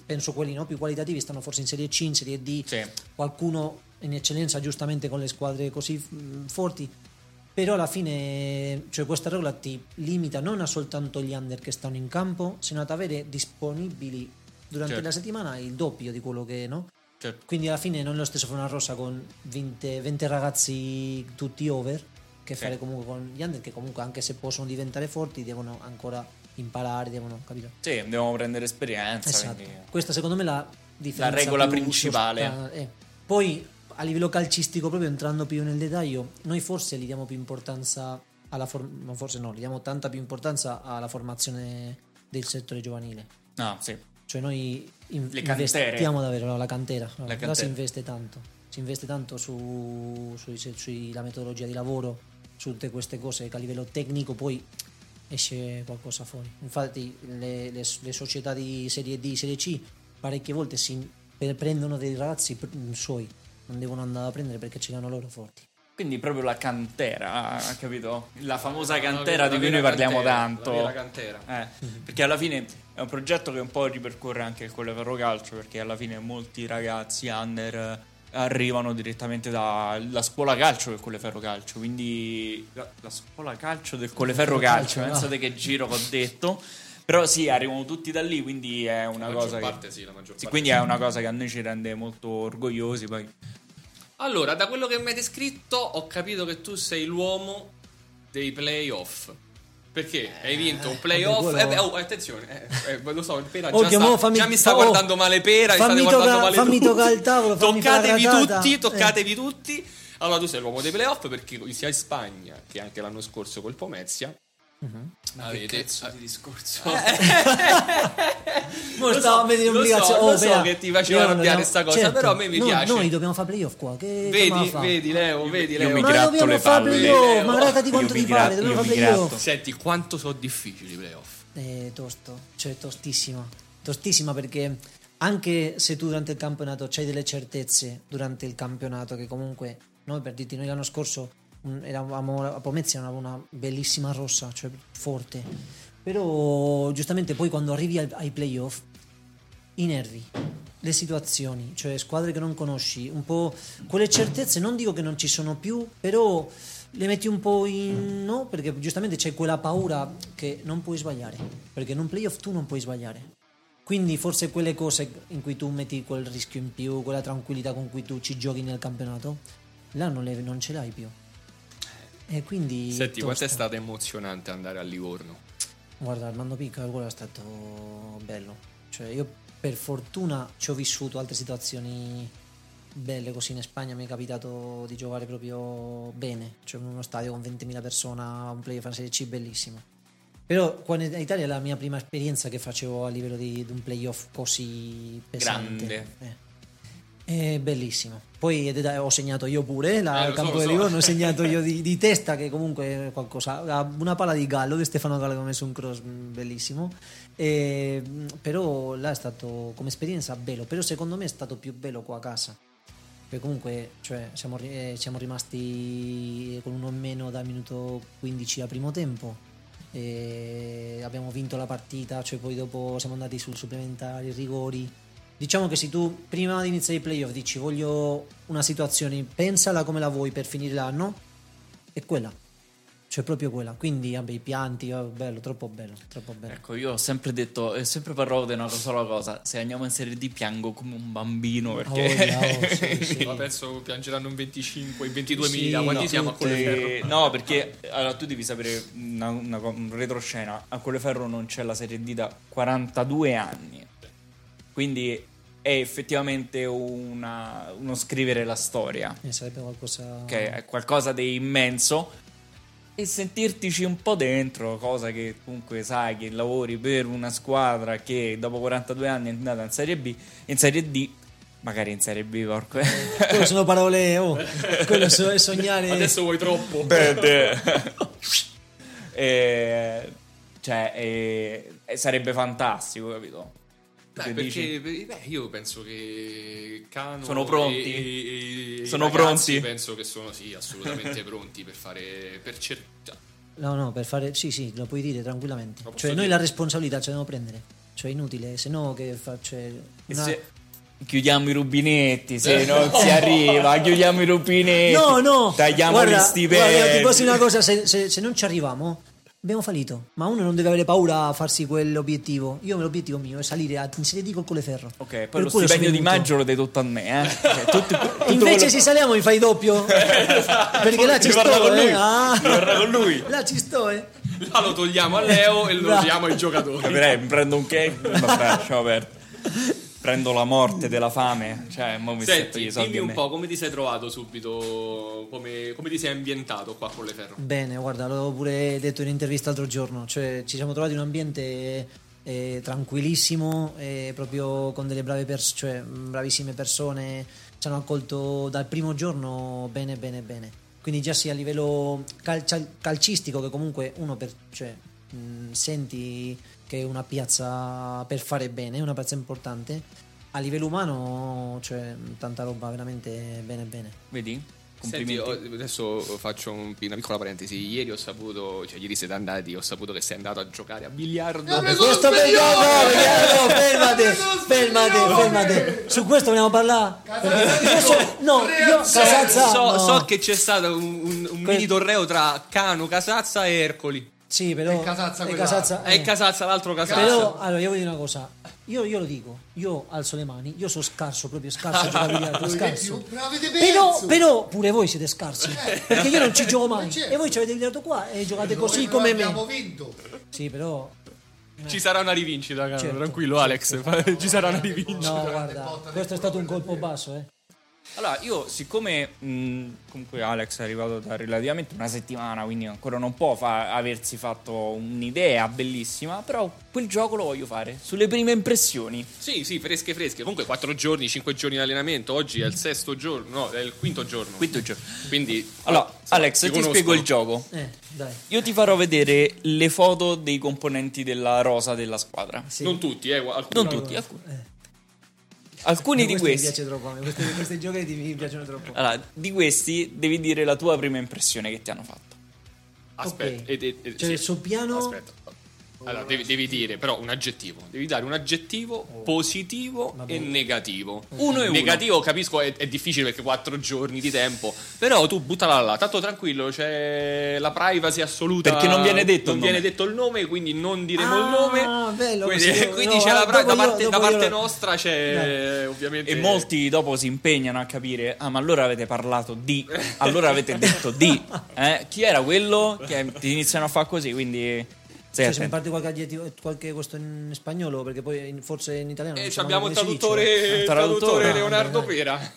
Speaker 5: penso quelli no, più qualitativi, stanno forse in Serie C, in Serie D,
Speaker 1: Sì.
Speaker 5: qualcuno in eccellenza, giustamente con le squadre così mm, forti. Però alla fine, cioè questa regola ti limita non a soltanto gli under che stanno in campo, sino ad avere disponibili durante
Speaker 2: Certo.
Speaker 5: la settimana il doppio di quello che no.
Speaker 2: Certo.
Speaker 5: Quindi alla fine non è lo stesso fare una rossa con 20, 20 ragazzi tutti over che fare comunque con gli under che comunque anche se possono diventare forti devono ancora imparare, devono capire.
Speaker 1: Sì, dobbiamo prendere esperienza.
Speaker 5: Esatto.
Speaker 1: quindi- eh.
Speaker 5: Questa secondo me è la differenza.
Speaker 1: regola
Speaker 5: più
Speaker 1: principale.
Speaker 5: sosta- eh. Poi a livello calcistico, proprio entrando più nel dettaglio, noi forse gli diamo più importanza alla for- no, forse no, gli diamo tanta più importanza alla formazione del settore giovanile.
Speaker 1: No, Ah, sì.
Speaker 5: Cioè noi in-
Speaker 1: Le cantere.
Speaker 5: investiamo davvero no, la cantera, no,
Speaker 1: La
Speaker 5: là
Speaker 1: cantera.
Speaker 5: si investe tanto, si investe tanto su, sui- sui- la metodologia di lavoro, su tutte queste cose che a livello tecnico poi esce qualcosa fuori. Infatti le, le- le società di serie D, serie C parecchie volte si pre- prendono dei ragazzi pr- suoi, non devono andare a prendere perché ce li hanno loro forti.
Speaker 1: Quindi proprio la cantera, ah, capito? La famosa
Speaker 2: La
Speaker 1: cantera di cui
Speaker 2: vera
Speaker 1: noi parliamo
Speaker 2: cantera,
Speaker 1: tanto.
Speaker 2: La vera cantera.
Speaker 1: Eh, perché alla fine è un progetto che un po' ripercorre anche il Colleferro Calcio, perché alla fine molti ragazzi under eh, arrivano direttamente dalla scuola calcio del Colleferro Calcio, quindi la, la scuola calcio del Colleferro Calcio,
Speaker 5: Calcio, no.
Speaker 1: pensate che giro che ho detto. Però sì, arrivano tutti da lì, quindi è una
Speaker 2: La
Speaker 1: cosa
Speaker 2: maggior
Speaker 1: che-
Speaker 2: parte sì, la maggior
Speaker 1: sì,
Speaker 2: parte.
Speaker 1: quindi è una cosa che a noi ci rende molto orgogliosi poi.
Speaker 2: Allora, da quello che mi hai descritto, ho capito che tu sei l'uomo dei playoff. Perché hai vinto un playoff.
Speaker 5: Eh, quello-
Speaker 2: Eh, beh, oh, attenzione, eh, eh, lo so, il Pera
Speaker 5: Oh,
Speaker 2: già,
Speaker 5: chiamò,
Speaker 2: sta,
Speaker 5: fammi-
Speaker 2: già mi sta
Speaker 5: oh,
Speaker 2: guardando male Pera. mi state
Speaker 5: fammi
Speaker 2: guardando
Speaker 5: tocca-
Speaker 2: male
Speaker 5: fammi
Speaker 2: tutti. [laughs]
Speaker 5: toccare il tavolo, fammi fare la
Speaker 2: Toccatevi
Speaker 5: ratata.
Speaker 2: tutti,
Speaker 5: Eh.
Speaker 2: toccatevi tutti. Allora, tu sei l'uomo dei playoff perché sia in Spagna che anche l'anno scorso col Pomezia.
Speaker 5: Mm-hmm.
Speaker 2: avete, Eh,
Speaker 1: di discorso.
Speaker 5: Mo stavo a vedere
Speaker 2: lo
Speaker 5: obbligazione.
Speaker 2: so,
Speaker 5: Oh,
Speaker 2: lo so
Speaker 5: Bea,
Speaker 2: che ti faceva
Speaker 5: io non
Speaker 2: arrabbiare
Speaker 5: dobbiamo-
Speaker 2: sta cosa,
Speaker 5: certo.
Speaker 2: però a me mi
Speaker 5: No,
Speaker 2: piace.
Speaker 5: Noi dobbiamo fare playoff qua. Che dobbiamo
Speaker 2: vedi,
Speaker 5: Eh, fa?
Speaker 2: vedi, Leo, vedi, Leo.
Speaker 1: mi
Speaker 5: Ma
Speaker 1: gratto
Speaker 5: dobbiamo
Speaker 1: le
Speaker 5: fare
Speaker 1: palle, Oh,
Speaker 5: playoff,
Speaker 2: Leo.
Speaker 5: ma guardati
Speaker 1: Io
Speaker 5: quanto
Speaker 1: mi
Speaker 5: ti
Speaker 1: gratto,
Speaker 5: pare, dobbiamo
Speaker 1: io
Speaker 5: fare
Speaker 1: mi
Speaker 5: playoff.
Speaker 2: Senti, quanto sono difficili i playoff.
Speaker 5: Eh, tosto, cioè tostissima, tostissima perché anche se tu durante il campionato c'hai delle certezze durante il campionato che comunque noi per dirti noi l'anno scorso mm, eravamo a Pomezia una, una bellissima rossa, cioè forte, però giustamente poi quando arrivi al- ai playoff i nervi, le situazioni, cioè squadre che non conosci, un po' quelle certezze, non dico che non ci sono più, però le metti un po' in no, perché giustamente c'è quella paura che non puoi sbagliare, perché in un playoff tu non puoi sbagliare. Quindi forse quelle cose in cui tu metti quel rischio in più, quella tranquillità con cui tu ci giochi nel campionato, là non, le- non ce l'hai più. E quindi...
Speaker 2: Senti, quanto è
Speaker 5: tosta.
Speaker 2: stato emozionante andare a Livorno?
Speaker 5: Guarda, Armando Picca, quello è stato bello. Cioè, io per fortuna ci ho vissuto altre situazioni belle così in Spagna. Mi è capitato di giocare proprio bene. Cioè, in uno stadio con 20.000 persone, un playoff a Serie C bellissimo. Però qua in Italia è la mia prima esperienza che facevo a livello di, di un playoff così pesante.
Speaker 1: Grande.
Speaker 5: Eh. È bellissimo. Poi ed è- ho segnato io pure eh, la-
Speaker 2: Eh,
Speaker 5: al
Speaker 2: lo so,
Speaker 5: campo
Speaker 2: lo
Speaker 5: di
Speaker 2: so.
Speaker 5: Livorno, ho segnato
Speaker 2: [laughs]
Speaker 5: io di, di testa che comunque è qualcosa, la- una palla di Gallo di Stefano Gallo che ha messo un cross mm, bellissimo. E, mm, però là è stato come esperienza bello, però secondo me è stato più bello qua a casa. Perché comunque cioè, siamo, ri- eh, siamo rimasti con uno in meno dal minuto 15 al primo tempo. E abbiamo vinto la partita, cioè poi dopo siamo andati sul supplementare, i rigori. Diciamo che se tu prima di iniziare i playoff dici voglio una situazione, pensala come la vuoi per finire l'anno, è quella. Cioè proprio quella. Quindi vabbè, i pianti, oh, bello, troppo bello, troppo bello.
Speaker 1: Ecco, io ho sempre detto, e sempre parlavo di una sola cosa, se andiamo in Serie D piango come un bambino
Speaker 5: Ah,
Speaker 1: perché...
Speaker 5: voglia, oh, sì, sì.
Speaker 2: Ma penso piangeranno in 25, in 22.000,
Speaker 5: Sì,
Speaker 2: quanti
Speaker 5: no,
Speaker 2: siamo a
Speaker 5: tutte-
Speaker 2: Colleferro?
Speaker 1: Eh, No, perché allora tu devi sapere una, una co- un retroscena. A Colleferro non c'è la Serie D da 42 anni. Quindi è effettivamente una- uno scrivere la storia.
Speaker 5: Eh, sarebbe qualcosa...
Speaker 1: che è qualcosa di immenso e sentirtici un po' dentro, cosa che comunque sai che lavori per una squadra che dopo 42 anni è andata in Serie B, in Serie D, magari in Serie B, porco. eh.
Speaker 5: Quello sono parole, oh, quello so- è
Speaker 2: [laughs]
Speaker 5: sognare.
Speaker 2: Adesso vuoi troppo.
Speaker 1: [laughs] Eh, cioè, eh, eh, sarebbe fantastico, capito?
Speaker 2: Beh,
Speaker 1: Che dici?
Speaker 2: perché beh, io penso che Cano
Speaker 1: Sono
Speaker 2: e-
Speaker 1: pronti?
Speaker 2: e- e- i
Speaker 1: Sono
Speaker 2: ragazzi
Speaker 1: pronti?
Speaker 2: Penso che sono sì,
Speaker 1: [laughs]
Speaker 2: assolutamente pronti per fare per cioè, cercare
Speaker 5: No, no, per fare... Sì, sì, lo puoi dire tranquillamente.
Speaker 2: Lo posso
Speaker 5: Cioè, noi
Speaker 2: dire?
Speaker 5: la responsabilità ce la dobbiamo prendere. Cioè, è inutile, se no che cioè, faccio...
Speaker 1: E se chiudiamo i rubinetti,
Speaker 2: Eh.
Speaker 1: se non si arriva, chiudiamo i rubinetti,
Speaker 5: No, no!
Speaker 1: Eh, tagliamo
Speaker 5: guarda,
Speaker 1: gli stipendi.
Speaker 5: Guarda, ti posso dire una cosa, se, se- se non ci arriviamo, abbiamo fallito. Ma uno non deve avere paura a farsi quell'obiettivo. Io l'obiettivo mio è salire a, in Serie D col Coleferro.
Speaker 1: Ok,
Speaker 5: Per
Speaker 1: poi lo
Speaker 5: quello sono
Speaker 1: stipendio di
Speaker 5: venuto.
Speaker 1: maggio lo dai tutto a me, eh.
Speaker 5: [laughs]
Speaker 1: Cioè, tutto- tutto
Speaker 5: Invece
Speaker 1: quello-
Speaker 5: se saliamo mi
Speaker 1: [laughs]
Speaker 5: fai doppio. Perché là ci
Speaker 1: Devi
Speaker 5: sto,
Speaker 1: parlare con
Speaker 5: eh.
Speaker 1: lui.
Speaker 5: Ah.
Speaker 1: Devi parlare con lui.
Speaker 5: Là ci sto, eh.
Speaker 2: Là lo togliamo a Leo e lo
Speaker 5: Bravo.
Speaker 2: diamo ai giocatori.
Speaker 1: Capirei, mi prendo un cake, vabbè, lasciamo aperto. Prendo la morte della fame, cioè, mo mi
Speaker 2: Senti,
Speaker 1: setti i soldi
Speaker 2: dimmi
Speaker 1: a
Speaker 2: un
Speaker 1: me.
Speaker 2: po' come ti sei trovato subito, come, come ti sei ambientato qua a
Speaker 6: Certo.
Speaker 2: Colleferro?
Speaker 5: Bene, guarda, l'ho pure detto in intervista l'altro giorno, cioè ci siamo trovati in un ambiente eh, tranquillissimo, eh, proprio con delle brave pers- cioè, mh, bravissime persone, ci hanno accolto dal primo giorno bene, bene, bene. Quindi già sia a livello calcia- calcistico che comunque uno per, cioè, mh, senti che è una piazza per fare bene, è una piazza importante. A livello umano, cioè, mh, tanta roba veramente bene, bene.
Speaker 1: Vedi?
Speaker 2: Senti,
Speaker 1: Complimenti.
Speaker 2: ho- adesso faccio un- una piccola parentesi. Ieri ho saputo, cioè ieri siete andati, ho saputo che sei andato a giocare a biliardo.
Speaker 5: Questo per no, no, Riccardo, fermate, fermate, fermate. Su questo vogliamo parlare? Io so- no, io Casazza,
Speaker 6: so,
Speaker 5: no.
Speaker 6: so che c'è stato un, un- un
Speaker 5: Que-
Speaker 6: mini torneo tra Cano, Casazza e Ercoli.
Speaker 5: Sì, però
Speaker 7: È Casazza
Speaker 5: è
Speaker 7: quella.
Speaker 5: Casazza,
Speaker 6: E
Speaker 5: eh.
Speaker 6: Casazza, l'altro Casazza.
Speaker 5: Però, allora, io voglio dire una cosa. Io, io lo dico, io alzo le mani, io sono scarso, proprio scarso a giocare a biliardo,
Speaker 7: Voi
Speaker 5: scarso.
Speaker 7: più- ma avete
Speaker 5: Però,
Speaker 7: perso.
Speaker 5: però pure voi siete scarsi, perché io non ci gioco mai.
Speaker 7: certo.
Speaker 5: E voi ci avete biliardo qua e giocate
Speaker 7: Noi
Speaker 5: così
Speaker 7: però
Speaker 5: come
Speaker 7: Abbiamo
Speaker 5: me.
Speaker 7: vinto.
Speaker 5: Sì, però
Speaker 6: Ci sarà una rivincita, Cano.
Speaker 5: Certo.
Speaker 6: Tranquillo, Alex. Ci sarà una rivincita.
Speaker 5: No, guarda, questo è stato un colpo basso, eh.
Speaker 1: Allora, io siccome mh, comunque Alex è arrivato da relativamente una settimana, quindi ancora non può fa- aversi fatto un'idea bellissima, però quel gioco lo voglio fare, sulle prime impressioni.
Speaker 2: Sì, sì, fresche, fresche. Comunque 4 giorni, 5 giorni di allenamento. Oggi è il sesto giorno, no, è il quinto giorno.
Speaker 1: Quinto gioco.
Speaker 2: Quindi,
Speaker 1: Allora,
Speaker 2: insomma,
Speaker 1: Alex,
Speaker 2: si
Speaker 1: ti
Speaker 2: conoscono.
Speaker 1: spiego il gioco.
Speaker 5: Eh, dai.
Speaker 1: Io ti farò vedere le foto dei componenti della rosa della squadra.
Speaker 5: Sì. eh.
Speaker 2: Non tutti, eh, alcuni.
Speaker 1: Non tutti, alcuni. Alcuni di
Speaker 5: Questo Mi
Speaker 1: questi.
Speaker 5: piace troppo a me, questi, questi giochetti mi piacciono troppo.
Speaker 1: Allora, di questi devi dire la tua prima impressione che ti hanno fatto.
Speaker 2: Aspetta,
Speaker 5: Ok.
Speaker 2: e- e- e-
Speaker 5: Cioè,
Speaker 2: sì.
Speaker 5: il suo piano-
Speaker 2: Aspetta. Allora, devi, devi dire però un aggettivo. Devi dare un aggettivo positivo e negativo.
Speaker 1: Oh. boh. Uno e uno.
Speaker 2: Negativo, capisco, è, è difficile perché quattro giorni di tempo. Però tu buttala là. Tanto tranquillo, c'è la privacy assoluta.
Speaker 1: Perché non viene detto
Speaker 2: Non
Speaker 1: il
Speaker 2: viene
Speaker 1: nome.
Speaker 2: detto il nome, quindi non diremo il
Speaker 5: Ah,
Speaker 2: nome.
Speaker 5: bello,
Speaker 2: quindi
Speaker 5: così.
Speaker 2: quindi
Speaker 5: No,
Speaker 2: c'è la privacy.
Speaker 5: allora,
Speaker 2: Da
Speaker 5: dopo io-
Speaker 2: parte, da
Speaker 5: dopo io
Speaker 2: parte
Speaker 5: lo-
Speaker 2: nostra c'è ovviamente.
Speaker 1: E molti dopo si impegnano a capire, ah ma allora avete parlato di, allora avete detto di,
Speaker 5: [laughs]
Speaker 1: eh? chi era quello? Che ti iniziano a fare così, quindi... stai
Speaker 5: Cioè, se mi
Speaker 1: attento.
Speaker 5: parte qualche aggettivo, qualche questo in spagnolo, perché poi in- forse in italiano.
Speaker 2: E
Speaker 5: non
Speaker 2: Eh, ci
Speaker 5: so
Speaker 2: abbiamo il
Speaker 5: manco come si
Speaker 2: traduttore,
Speaker 1: dice?
Speaker 2: il
Speaker 1: Traduttore,
Speaker 2: traduttore
Speaker 1: no,
Speaker 2: Leonardo
Speaker 5: cioè, no, no.
Speaker 2: Pera.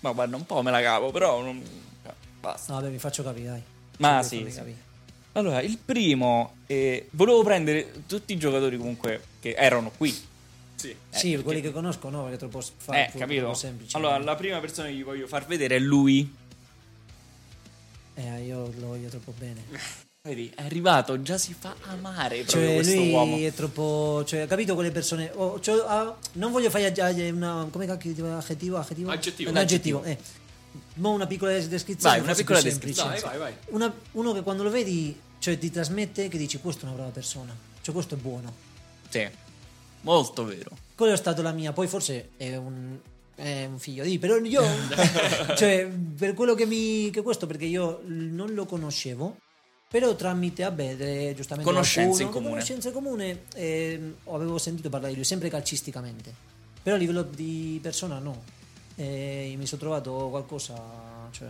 Speaker 1: Ma guarda, un po' me la cavo, però... non- cioè, Basta.
Speaker 5: dice. No, vabbè, mi faccio capire, dai.
Speaker 1: Ma
Speaker 5: Sì,
Speaker 1: sì,
Speaker 5: fammi
Speaker 1: sì.
Speaker 5: capire.
Speaker 1: Allora, il primo, eh, volevo prendere tutti i giocatori comunque che erano qui.
Speaker 2: Eh,
Speaker 5: Sì, quelli che conosco, no, perché troppo fa-
Speaker 1: Eh,
Speaker 5: troppo
Speaker 1: capito?
Speaker 5: semplice.
Speaker 1: Allora, la prima persona che gli voglio far vedere è lui.
Speaker 5: Eh, io lo voglio troppo bene.
Speaker 1: Vedi, è arrivato, già si fa amare proprio
Speaker 5: Cioè,
Speaker 1: questo
Speaker 5: lui
Speaker 1: uomo.
Speaker 5: è troppo. Cioè, ha capito quelle persone. oh, cioè, ah, non voglio fare aggi- aggi- una. Come cacchio si chiama? Aggettivo? Aggettivo?
Speaker 2: Aggettivo.
Speaker 5: Un aggettivo, eh. Mo una piccola descrizione.
Speaker 1: Vai, una
Speaker 5: forse
Speaker 1: piccola
Speaker 5: più semplice.
Speaker 2: Dai, vai, vai.
Speaker 5: Una- uno che quando lo vedi, cioè, ti trasmette che dici: Questo è una brava persona. Cioè, questo è buono.
Speaker 1: Sì, molto vero.
Speaker 5: Quello è stato la mia. Poi forse è un. È un figlio di. Però
Speaker 2: [laughs]
Speaker 5: io. cioè, per quello che mi. Che questo, perché io non lo conoscevo. Però tramite, vabbè, de- giustamente.
Speaker 1: Conoscenze in comune.
Speaker 5: Conoscenze in comune. ehm, avevo sentito parlare di lui, sempre calcisticamente. Però a livello di persona no. E mi sono trovato qualcosa. Cioè,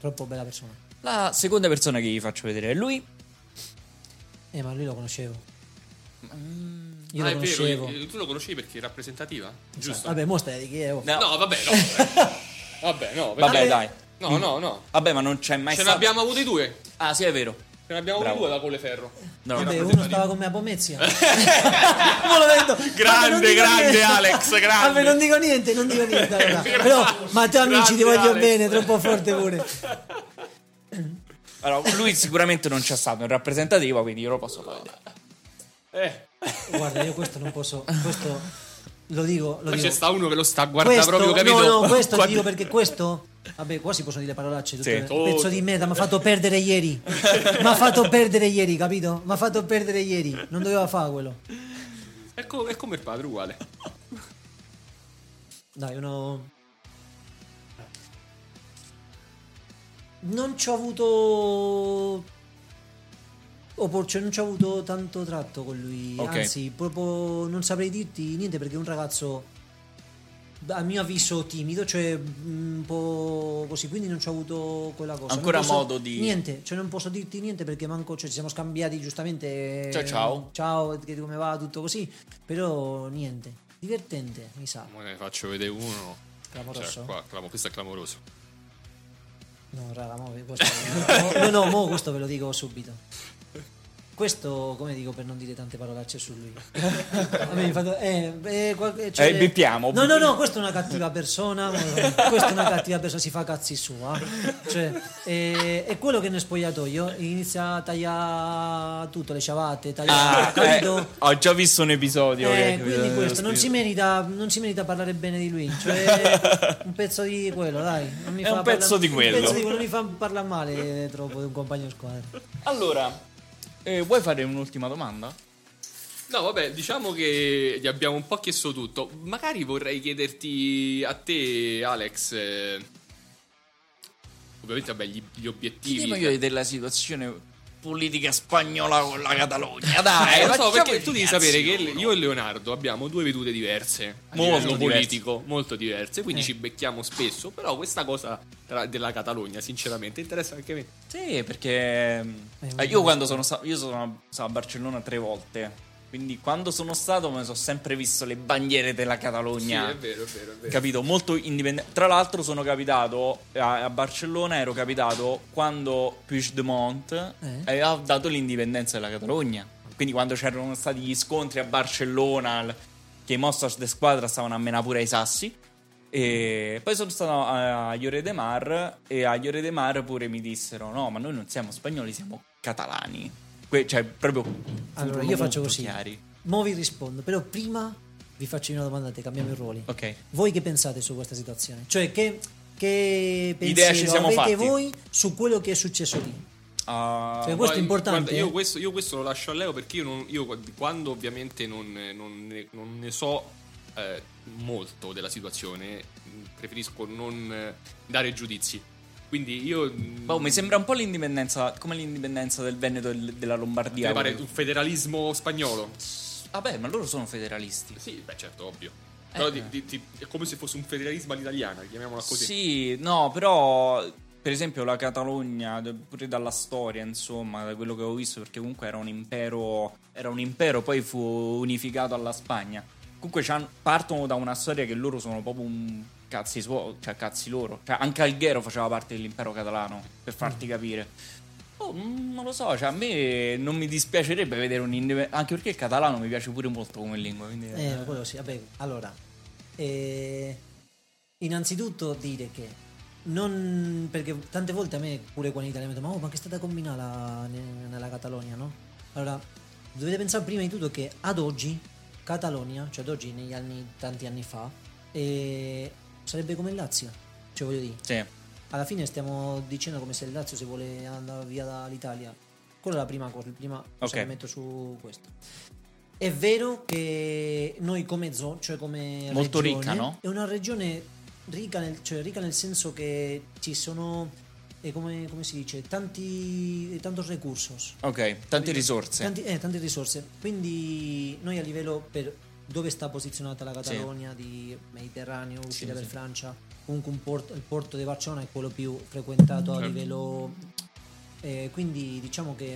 Speaker 5: troppo bella persona.
Speaker 1: La seconda persona che gli faccio vedere è lui.
Speaker 5: Eh, ma lui lo conoscevo. Io
Speaker 2: Ah,
Speaker 5: lo
Speaker 2: è vero,
Speaker 5: conoscevo. esatto.
Speaker 2: eh, tu lo conoscevi perché è rappresentativa? Giusto.
Speaker 5: Vabbè, mostra di chi è. oh.
Speaker 1: No,
Speaker 2: No, vabbè, no. vabbè, no. perché-
Speaker 1: Vabbè, dai.
Speaker 2: No, no, no.
Speaker 1: Vabbè, ma non c'è mai
Speaker 2: Ce ne
Speaker 1: stato.
Speaker 2: abbiamo avuti due.
Speaker 1: Ah, sì, è vero.
Speaker 2: Ce ne abbiamo
Speaker 1: Bravo.
Speaker 2: avuti due da Colleferro.
Speaker 1: No,
Speaker 5: Vabbè,
Speaker 1: no.
Speaker 5: uno stava con me a
Speaker 2: [laughs]
Speaker 5: Pomezia. [laughs] Mo lo vedo. Vabbè, non
Speaker 2: Grande,
Speaker 5: dico
Speaker 2: grande,
Speaker 5: niente.
Speaker 2: Alex, grande.
Speaker 5: Vabbè, non dico niente, non dico
Speaker 2: [laughs]
Speaker 5: niente. allora. Però, Matteo, amici, ti
Speaker 2: Grande,
Speaker 5: voglio
Speaker 2: Alex.
Speaker 5: bene, troppo forte pure.
Speaker 1: Allora, lui sicuramente non c'è stato in rappresentativa, quindi io lo posso far vedere.
Speaker 2: Eh,
Speaker 5: Guarda, io questo non posso. Questo lo dico.
Speaker 2: ma
Speaker 5: Lo dico.
Speaker 2: c'è sta uno che lo sta guarda
Speaker 5: questo,
Speaker 2: proprio, capito?
Speaker 5: No, no, questo ti
Speaker 2: Guarda-
Speaker 5: dico perché questo. Vabbè, qua si possono dire parolacce. Tutte,
Speaker 1: Sì.
Speaker 2: Oh.
Speaker 5: Pezzo di merda, mi ha fatto perdere ieri. mi ha fatto perdere ieri, capito? Mi ha fatto perdere ieri. Non doveva fare quello.
Speaker 2: È, co- ecco, è come il padre,
Speaker 5: [laughs]
Speaker 2: uguale.
Speaker 5: Dai, uno. Non ci ho avuto. Opportunità, non ci ho avuto tanto tratto con lui.
Speaker 1: Ok.
Speaker 5: Anzi, proprio non saprei dirti niente perché è un ragazzo. A mio avviso timido, cioè un po' così, quindi non ci ho avuto quella cosa. Non
Speaker 1: Ancora
Speaker 5: posso-
Speaker 1: modo di-
Speaker 5: Niente, cioè non posso dirti niente perché manco, cioè ci siamo scambiati giustamente.
Speaker 1: Ciao, ciao.
Speaker 5: Ciao, che- come va, tutto così. Però niente, divertente, mi sa.
Speaker 2: Mo ne faccio vedere uno.
Speaker 5: Clamoroso?
Speaker 2: Cioè, qua, clamo- questo è clamoroso. [laughs]
Speaker 5: No, raga, mo, ve- questo, no, no, mo questo ve lo dico subito. Questo, come dico, per non dire tante parolacce su lui. A me mi fa- eh, eh, qual- eh,
Speaker 1: Eh, bippiamo,
Speaker 5: No, no, no, questa è una cattiva persona. questa è una cattiva persona, si fa cazzi sua. Cioè, eh, è quello che nel spogliatoio inizia a tagliare tutto, le ciabatte, tagliare
Speaker 1: Ah,
Speaker 5: il
Speaker 1: eh,
Speaker 5: capito?
Speaker 1: ho già visto un episodio.
Speaker 5: Eh,
Speaker 1: che-
Speaker 5: quindi questo non si, merita, non si merita parlare bene di lui.
Speaker 1: [laughs]
Speaker 5: Cioè, un pezzo di quello, dai. Non mi
Speaker 1: È
Speaker 5: fa
Speaker 1: un pezzo di quello.
Speaker 5: Un pezzo di quello non mi fa parlare male eh, troppo di un compagno di squadra.
Speaker 1: Allora, eh, vuoi fare un'ultima domanda?
Speaker 2: No, vabbè, diciamo che gli abbiamo un po' chiesto tutto. Magari vorrei chiederti a te, Alex. eh, ovviamente, vabbè, gli, gli obiettivi. Eh,
Speaker 1: Dimmi io della situazione politica spagnola con la Catalogna, dai.
Speaker 2: Eh, lo so,
Speaker 1: Ah, facciamo
Speaker 2: perché
Speaker 1: il
Speaker 2: tu devi
Speaker 1: cazzo.
Speaker 2: sapere che io e Leonardo abbiamo due vedute diverse a
Speaker 1: Molto
Speaker 2: livello
Speaker 1: diverse. Eh.
Speaker 2: politico, molto diverse, quindi ci becchiamo spesso, però questa cosa tra- della Catalogna, sinceramente, interessa anche a me.
Speaker 1: Sì, perché mm, eh, io quando sono stato io sono a- sono a Barcellona tre volte. Quindi quando sono stato mi sono sempre visto le bandiere della Catalogna.
Speaker 2: Sì, è vero, è vero, è vero.
Speaker 1: Capito, molto indipendente. Tra l'altro sono capitato a, a Barcellona, ero capitato quando Puigdemont
Speaker 5: Eh.
Speaker 1: aveva dato l'indipendenza della Catalogna. Quindi quando c'erano stati gli scontri a Barcellona, l- che i Mostas de squadra stavano a menare pure ai sassi. E poi sono stato a a Lloret de Mar e a Lloret de Mar pure mi dissero no, ma noi non siamo spagnoli, siamo catalani. Que- cioè, proprio...
Speaker 5: Allora,
Speaker 1: furono
Speaker 5: io
Speaker 1: molto
Speaker 5: faccio così.
Speaker 1: chiari.
Speaker 5: Mo' vi rispondo, però prima vi faccio io una domanda a te, cambiamo i ruoli.
Speaker 1: Ok.
Speaker 5: Voi che pensate su questa situazione? Cioè, che, che
Speaker 1: Idea
Speaker 5: pensiero
Speaker 1: ci siamo
Speaker 5: avete
Speaker 1: fatti.
Speaker 5: voi su quello che è successo lì?
Speaker 1: Ah,
Speaker 5: Cioè, questo
Speaker 2: Guarda,
Speaker 5: è importante.
Speaker 2: guarda, io, questo, io questo lo lascio a Leo perché io, non- io quando ovviamente non, non ne, non ne so eh, molto della situazione, preferisco non eh, dare giudizi. Quindi io... mm,
Speaker 1: Boh, mi sembra un po' l'indipendenza, come l'indipendenza del Veneto e del- della
Speaker 2: Ti
Speaker 1: Lombardia.
Speaker 2: pare un federalismo spagnolo?
Speaker 1: Vabbè, ma loro sono federalisti.
Speaker 2: Sì, beh, certo, ovvio. Però di- di- di- è come se fosse un federalismo all'italiana, chiamiamola così.
Speaker 1: Sì, no, però per esempio la Catalogna, d- pure dalla storia, insomma, da quello che ho visto, perché comunque era un impero, era un impero poi fu unificato alla Spagna. Comunque c'han- partono da una storia che loro sono proprio un cazzi suo, cioè cazzi loro. Cioè, anche Alghero faceva parte dell'impero catalano, per farti capire. Oh, mm, non lo so, cioè a me non mi dispiacerebbe vedere un indip- anche perché il catalano mi piace pure molto come lingua, quindi
Speaker 5: Eh, ma quello sì, vabbè, allora, eh, innanzitutto dire che non perché tante volte a me pure qua in Italia mi dicono ma, oh, ma che è stata combinata ne- nella Catalogna, no? Allora, dovete pensare prima di tutto che ad oggi Catalogna, cioè ad oggi negli anni tanti anni fa, eh, sarebbe come il Lazio, cioè voglio dire,
Speaker 1: Sì.
Speaker 5: alla fine stiamo dicendo come se il Lazio si vuole andare via dall'Italia. Quella è la prima cosa, prima cosa
Speaker 1: Ok.
Speaker 5: che metto su questo. È vero che noi come zona, cioè come
Speaker 1: Molto
Speaker 5: regione,
Speaker 1: ricca, no?
Speaker 5: È una regione ricca nel, cioè ricca nel senso che ci sono, eh, come, come si dice, tanti, tantos recursos.
Speaker 1: Ok, tante risorse.
Speaker 5: Tanti- eh, tante risorse. Quindi noi a livello per dove sta posizionata la
Speaker 1: Sì.
Speaker 5: Catalogna di Mediterraneo, uscita
Speaker 1: Sì,
Speaker 5: per
Speaker 1: sì.
Speaker 5: Francia, comunque un porto, il porto di Barcellona è quello più frequentato
Speaker 1: Certo.
Speaker 5: a livello... eh, quindi diciamo che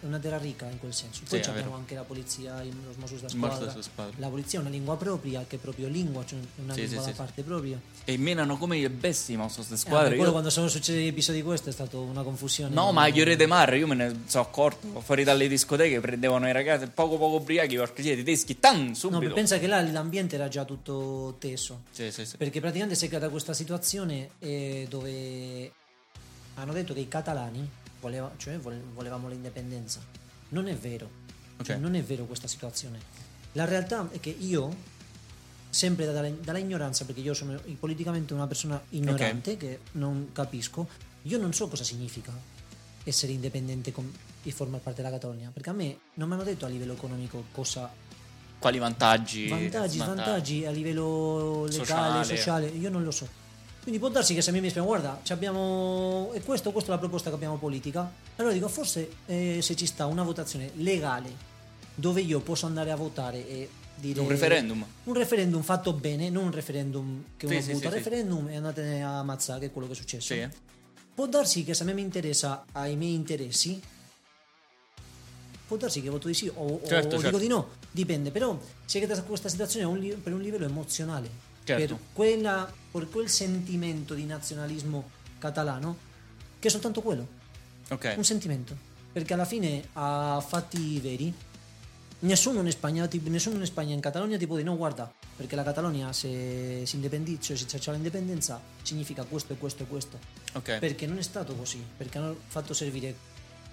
Speaker 5: è una terra ricca in quel senso.
Speaker 1: Sì,
Speaker 5: Poi
Speaker 1: è
Speaker 5: abbiamo
Speaker 1: vero.
Speaker 5: anche la polizia, il- lo smosus da
Speaker 1: Il Mossos
Speaker 5: squadra.
Speaker 1: da squadra.
Speaker 5: La polizia è una lingua propria, che è proprio lingua, cioè una
Speaker 1: Sì,
Speaker 5: lingua
Speaker 1: sì,
Speaker 5: da
Speaker 1: sì.
Speaker 5: parte propria.
Speaker 1: E menano come i bestie i Mossos de
Speaker 5: Eh, vabbè,
Speaker 1: squadra.
Speaker 5: quello
Speaker 1: Io-
Speaker 5: quando sono successi gli episodi di questo è stata una confusione.
Speaker 1: No, ma a Chiore de Mar io me ne sono accorto. Fuori dalle discoteche prendevano i ragazzi poco poco ubriachi, porca sia, tedeschi, tan,
Speaker 5: No,
Speaker 1: subito.
Speaker 5: pensa che là l'ambiente era già tutto teso.
Speaker 1: Sì, sì, sì.
Speaker 5: Perché praticamente si è creata questa situazione eh, dove hanno detto che i catalani voleva- cioè, vole- volevamo l'indipendenza. Non è vero. Cioè,
Speaker 1: Ok.
Speaker 5: non è vero questa situazione. La realtà è che io, sempre dalla, dalla ignoranza, perché io sono politicamente una persona ignorante che non capisco, io non so cosa significa essere indipendente con- e formare parte della Catalogna. Perché a me non mi hanno detto a livello economico cosa
Speaker 1: Quali vantaggi?
Speaker 5: vantaggi, svantaggi a livello
Speaker 1: Sociale.
Speaker 5: legale, sociale. io non lo so. Quindi può darsi che se a me mi spiegano, guarda, ci abbiamo... e questo, questa è la proposta che abbiamo politica, allora dico, forse eh, se ci sta una votazione legale dove io posso andare a votare e dire...
Speaker 1: Un referendum.
Speaker 5: Un referendum fatto bene, non un referendum che uno
Speaker 1: Sì, sì,
Speaker 5: vota,
Speaker 1: sì, sì.
Speaker 5: referendum e andate a ammazzare, che è quello che è successo.
Speaker 1: Sì.
Speaker 5: Può darsi che se a me mi interessa ai miei interessi, può darsi che voto di sì o, o
Speaker 1: Certo, certo.
Speaker 5: dico di no, dipende. Però si è creata questa situazione a un li- per un livello emozionale,
Speaker 1: Certo.
Speaker 5: per, quella- per quel sentimento di nazionalismo catalano, che è soltanto quello,
Speaker 1: Ok.
Speaker 5: un sentimento. perché alla fine a fatti veri nessuno in Spagna, ti- nessuno in, Spagna, in Catalogna ti può dire no guarda perché la Catalogna se si indipendizza, se c'è l'indipendenza significa questo e questo e questo
Speaker 1: Ok.
Speaker 5: perché non è stato così perché hanno fatto servire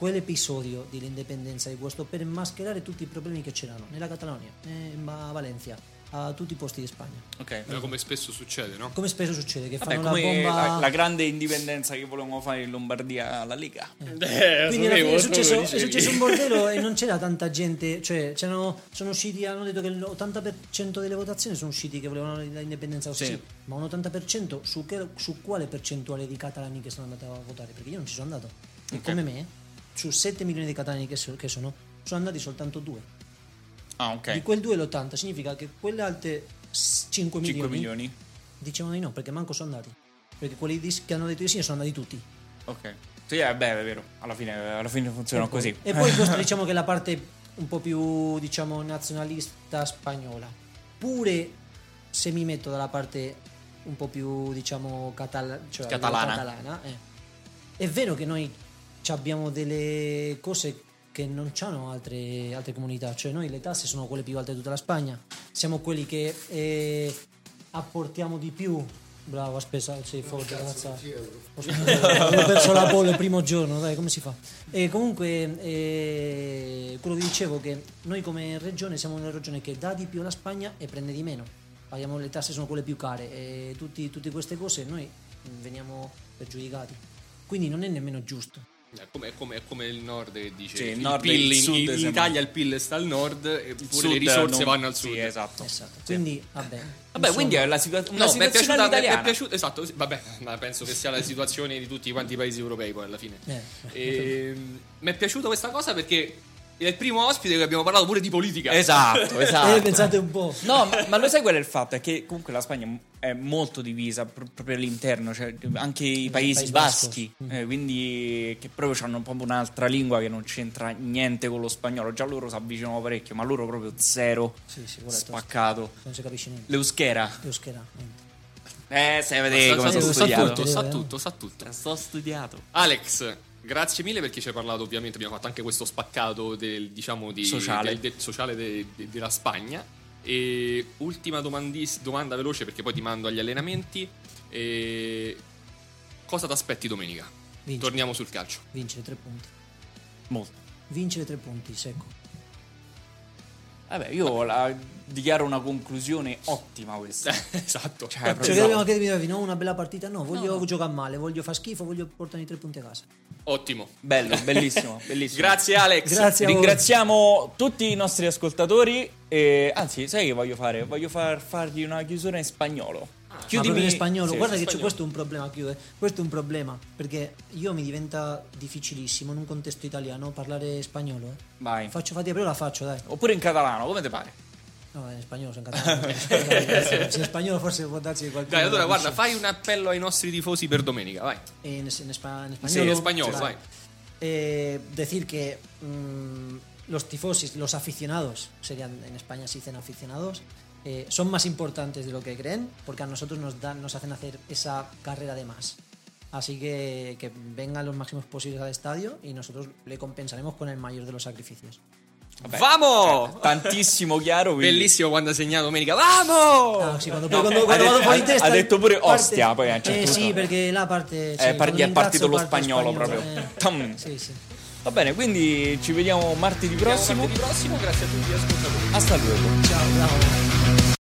Speaker 5: quell'episodio dell'indipendenza di questo per mascherare tutti i problemi che c'erano nella Catalogna, eh, ma a Valencia a tutti i posti di Spagna
Speaker 1: ok.
Speaker 2: Però come spesso succede, no?
Speaker 5: come spesso succede che
Speaker 1: Vabbè,
Speaker 5: fanno
Speaker 1: come
Speaker 5: la bomba
Speaker 1: la, la grande indipendenza che volevamo fare in Lombardia alla Lega.
Speaker 5: Eh,
Speaker 1: Eh,
Speaker 5: Quindi alla fine è successo, è successo un bordello
Speaker 1: [laughs]
Speaker 5: e non c'era tanta gente, cioè c'erano, sono usciti, hanno detto che l'80% delle votazioni sono usciti che volevano l'indipendenza così,
Speaker 1: Sì.
Speaker 5: ma un 80% su, che- su quale percentuale di catalani che sono andati a votare? Perché io non ci sono andato, E come me, su 7 milioni di catalani che, so- che sono, sono andati soltanto 2.
Speaker 1: Ah, ok.
Speaker 5: Di quel 2 l'80 significa che quelle altre 5
Speaker 1: 5
Speaker 5: milioni,
Speaker 1: milioni.
Speaker 5: dicevano di no perché manco sono andati, perché quelli di- che hanno detto di sì sono andati tutti.
Speaker 1: Ok. Sì, eh, beh, è vero. Alla fine, alla fine funziona
Speaker 5: E poi-
Speaker 1: così.
Speaker 5: Ecco. E poi
Speaker 1: [laughs]
Speaker 5: questa diciamo che è la parte un po' più diciamo nazionalista spagnola. Pure se mi metto dalla parte un po' più diciamo catala- cioè
Speaker 1: Catalana.
Speaker 5: catalana, eh, è vero che noi ci abbiamo delle cose che non hanno altre, altre comunità, cioè noi le tasse sono quelle più alte di tutta la Spagna, siamo quelli che eh, apportiamo di più. Bravo, aspetta, sei forte, ragazza. Ho perso la bolla il primo giorno, dai, come si fa? E comunque, eh, quello che dicevo che noi come regione siamo una regione che dà di più alla Spagna e prende di meno. Paghiamo le tasse, sono quelle più care e tutti- tutte queste cose noi veniamo pergiudicati. Quindi non è nemmeno giusto.
Speaker 2: È come, è come- è come il nord che dice
Speaker 1: Sì, il
Speaker 2: il,
Speaker 1: nord e
Speaker 2: PIL
Speaker 1: il
Speaker 2: in-
Speaker 1: sud,
Speaker 2: in,
Speaker 1: sembra.
Speaker 2: Italia il PIL sta al nord eppure
Speaker 1: Sud,
Speaker 2: le risorse
Speaker 1: non-
Speaker 2: vanno al sud.
Speaker 1: Sì, esatto.
Speaker 5: Esatto. Quindi, vabbè.
Speaker 1: Vabbè,
Speaker 5: insomma,
Speaker 1: quindi è la situa- una
Speaker 2: No, mi è
Speaker 1: situazione
Speaker 2: piaciuta, mi è- mi è
Speaker 1: italiana.
Speaker 2: piaciuta- esatto, sì, vabbè, [laughs] ma penso che sia la situazione di tutti quanti i paesi europei poi alla fine.
Speaker 5: Eh.
Speaker 2: Ehm, mi è piaciuta questa cosa perché è il primo ospite che abbiamo parlato pure di politica.
Speaker 1: Esatto, esatto.
Speaker 5: Eh, pensate un po'.
Speaker 1: No, ma, ma lo sai qual è il fatto? È che comunque la Spagna è molto divisa pro- proprio all'interno, cioè anche i paesi
Speaker 5: Paesi
Speaker 1: baschi,
Speaker 5: bascos.
Speaker 1: eh, quindi che proprio hanno proprio un'altra lingua che non c'entra niente con lo spagnolo. Già loro si avvicinano parecchio, ma loro proprio zero,
Speaker 5: Sì, sì, guarda,
Speaker 1: spaccato.
Speaker 5: Non si capisce niente.
Speaker 1: L'euschera,
Speaker 5: Lo scherà, niente.
Speaker 1: eh, sai
Speaker 2: Sa-
Speaker 1: vedere come
Speaker 2: sa,
Speaker 1: sono
Speaker 2: sa tutto,
Speaker 1: studiato.
Speaker 2: sa
Speaker 5: Eh.
Speaker 2: tutto, sa tutto.
Speaker 1: Sto studiato.
Speaker 2: Alex, grazie mille perché ci hai parlato, ovviamente abbiamo fatto anche questo spaccato del, diciamo, di,
Speaker 1: Sociale.
Speaker 2: del- del- sociale de- de- della Spagna. E ultima domandis- domanda veloce perché poi ti mando agli allenamenti. E cosa ti aspetti domenica?
Speaker 5: Vinci.
Speaker 2: Torniamo sul calcio.
Speaker 5: Vincere tre punti.
Speaker 1: Molto.
Speaker 5: Vincere tre punti, secco.
Speaker 1: Vabbè, io la dichiaro una conclusione ottima questa.
Speaker 2: esatto.
Speaker 1: Cioè,
Speaker 5: Cioè,
Speaker 1: Esatto.
Speaker 5: che abbiamo chiesto, no, una bella partita. No, voglio giocare male, voglio far schifo, voglio portare i tre punti a casa.
Speaker 2: Ottimo.
Speaker 1: Bello, bellissimo, bellissimo.
Speaker 2: Grazie Alex.
Speaker 5: Grazie a voi.
Speaker 1: Ringraziamo tutti i nostri ascoltatori. E, anzi, sai che voglio fare? Voglio far, fargli una chiusura in spagnolo.
Speaker 5: Ah, Ma
Speaker 1: Chiudimi
Speaker 5: proprio in spagnolo,
Speaker 1: Sì,
Speaker 5: guarda
Speaker 1: sì,
Speaker 5: che c'è-
Speaker 1: spagnolo.
Speaker 5: questo è un problema. chiudo, eh. Questo è un problema perché io mi diventa difficilissimo in un contesto italiano parlare spagnolo. eh.
Speaker 1: Vai.
Speaker 5: Faccio fatica, però la faccio, dai.
Speaker 1: Oppure in catalano, come ti pare?
Speaker 5: No, in spagnolo sono catalano. Se in spagnolo forse può darsi che qualcuno.
Speaker 2: Dai, allora
Speaker 5: capisce.
Speaker 2: guarda, fai un appello ai nostri tifosi per domenica, vai.
Speaker 5: E in, en espa- en
Speaker 2: Sì,
Speaker 5: español.
Speaker 2: in spagnolo, vai.
Speaker 5: Eh, decir que mm, los tifosis, los aficionados, serían en España se dicen aficionados, eh, son más importantes de lo que creen porque a nosotros nos, dan, nos hacen hacer esa carrera de más. Así que que vengan los máximos posibles al estadio y nosotros le compensaremos con el mayor de los sacrificios.
Speaker 2: Vamo! [laughs]
Speaker 1: Tantissimo chiaro. quindi-
Speaker 2: Bellissimo quando ha segnato domenica. Vamo!
Speaker 5: Ah, sí, cuando,
Speaker 1: no,
Speaker 5: cuando-
Speaker 1: eh,
Speaker 5: cuando
Speaker 1: ha
Speaker 5: vado
Speaker 1: de-
Speaker 5: fuori
Speaker 1: ha-
Speaker 5: testa,
Speaker 1: ha detto pure
Speaker 5: parte-
Speaker 1: ostia, poi a un certo
Speaker 5: Eh sì,
Speaker 1: punto.
Speaker 5: perché la parte... sì,
Speaker 1: Eh, parti-
Speaker 5: quando
Speaker 1: è partito
Speaker 5: ringrazio,
Speaker 1: lo
Speaker 5: parte
Speaker 1: spagnolo [laughs] proprio. Tam.
Speaker 5: eh. Sì, sì.
Speaker 1: Va bene, quindi ci vediamo martedì prossimo.
Speaker 2: prossimo, grazie a tutti, ascoltatori.
Speaker 1: Hasta luego.
Speaker 5: Ciao, bravo.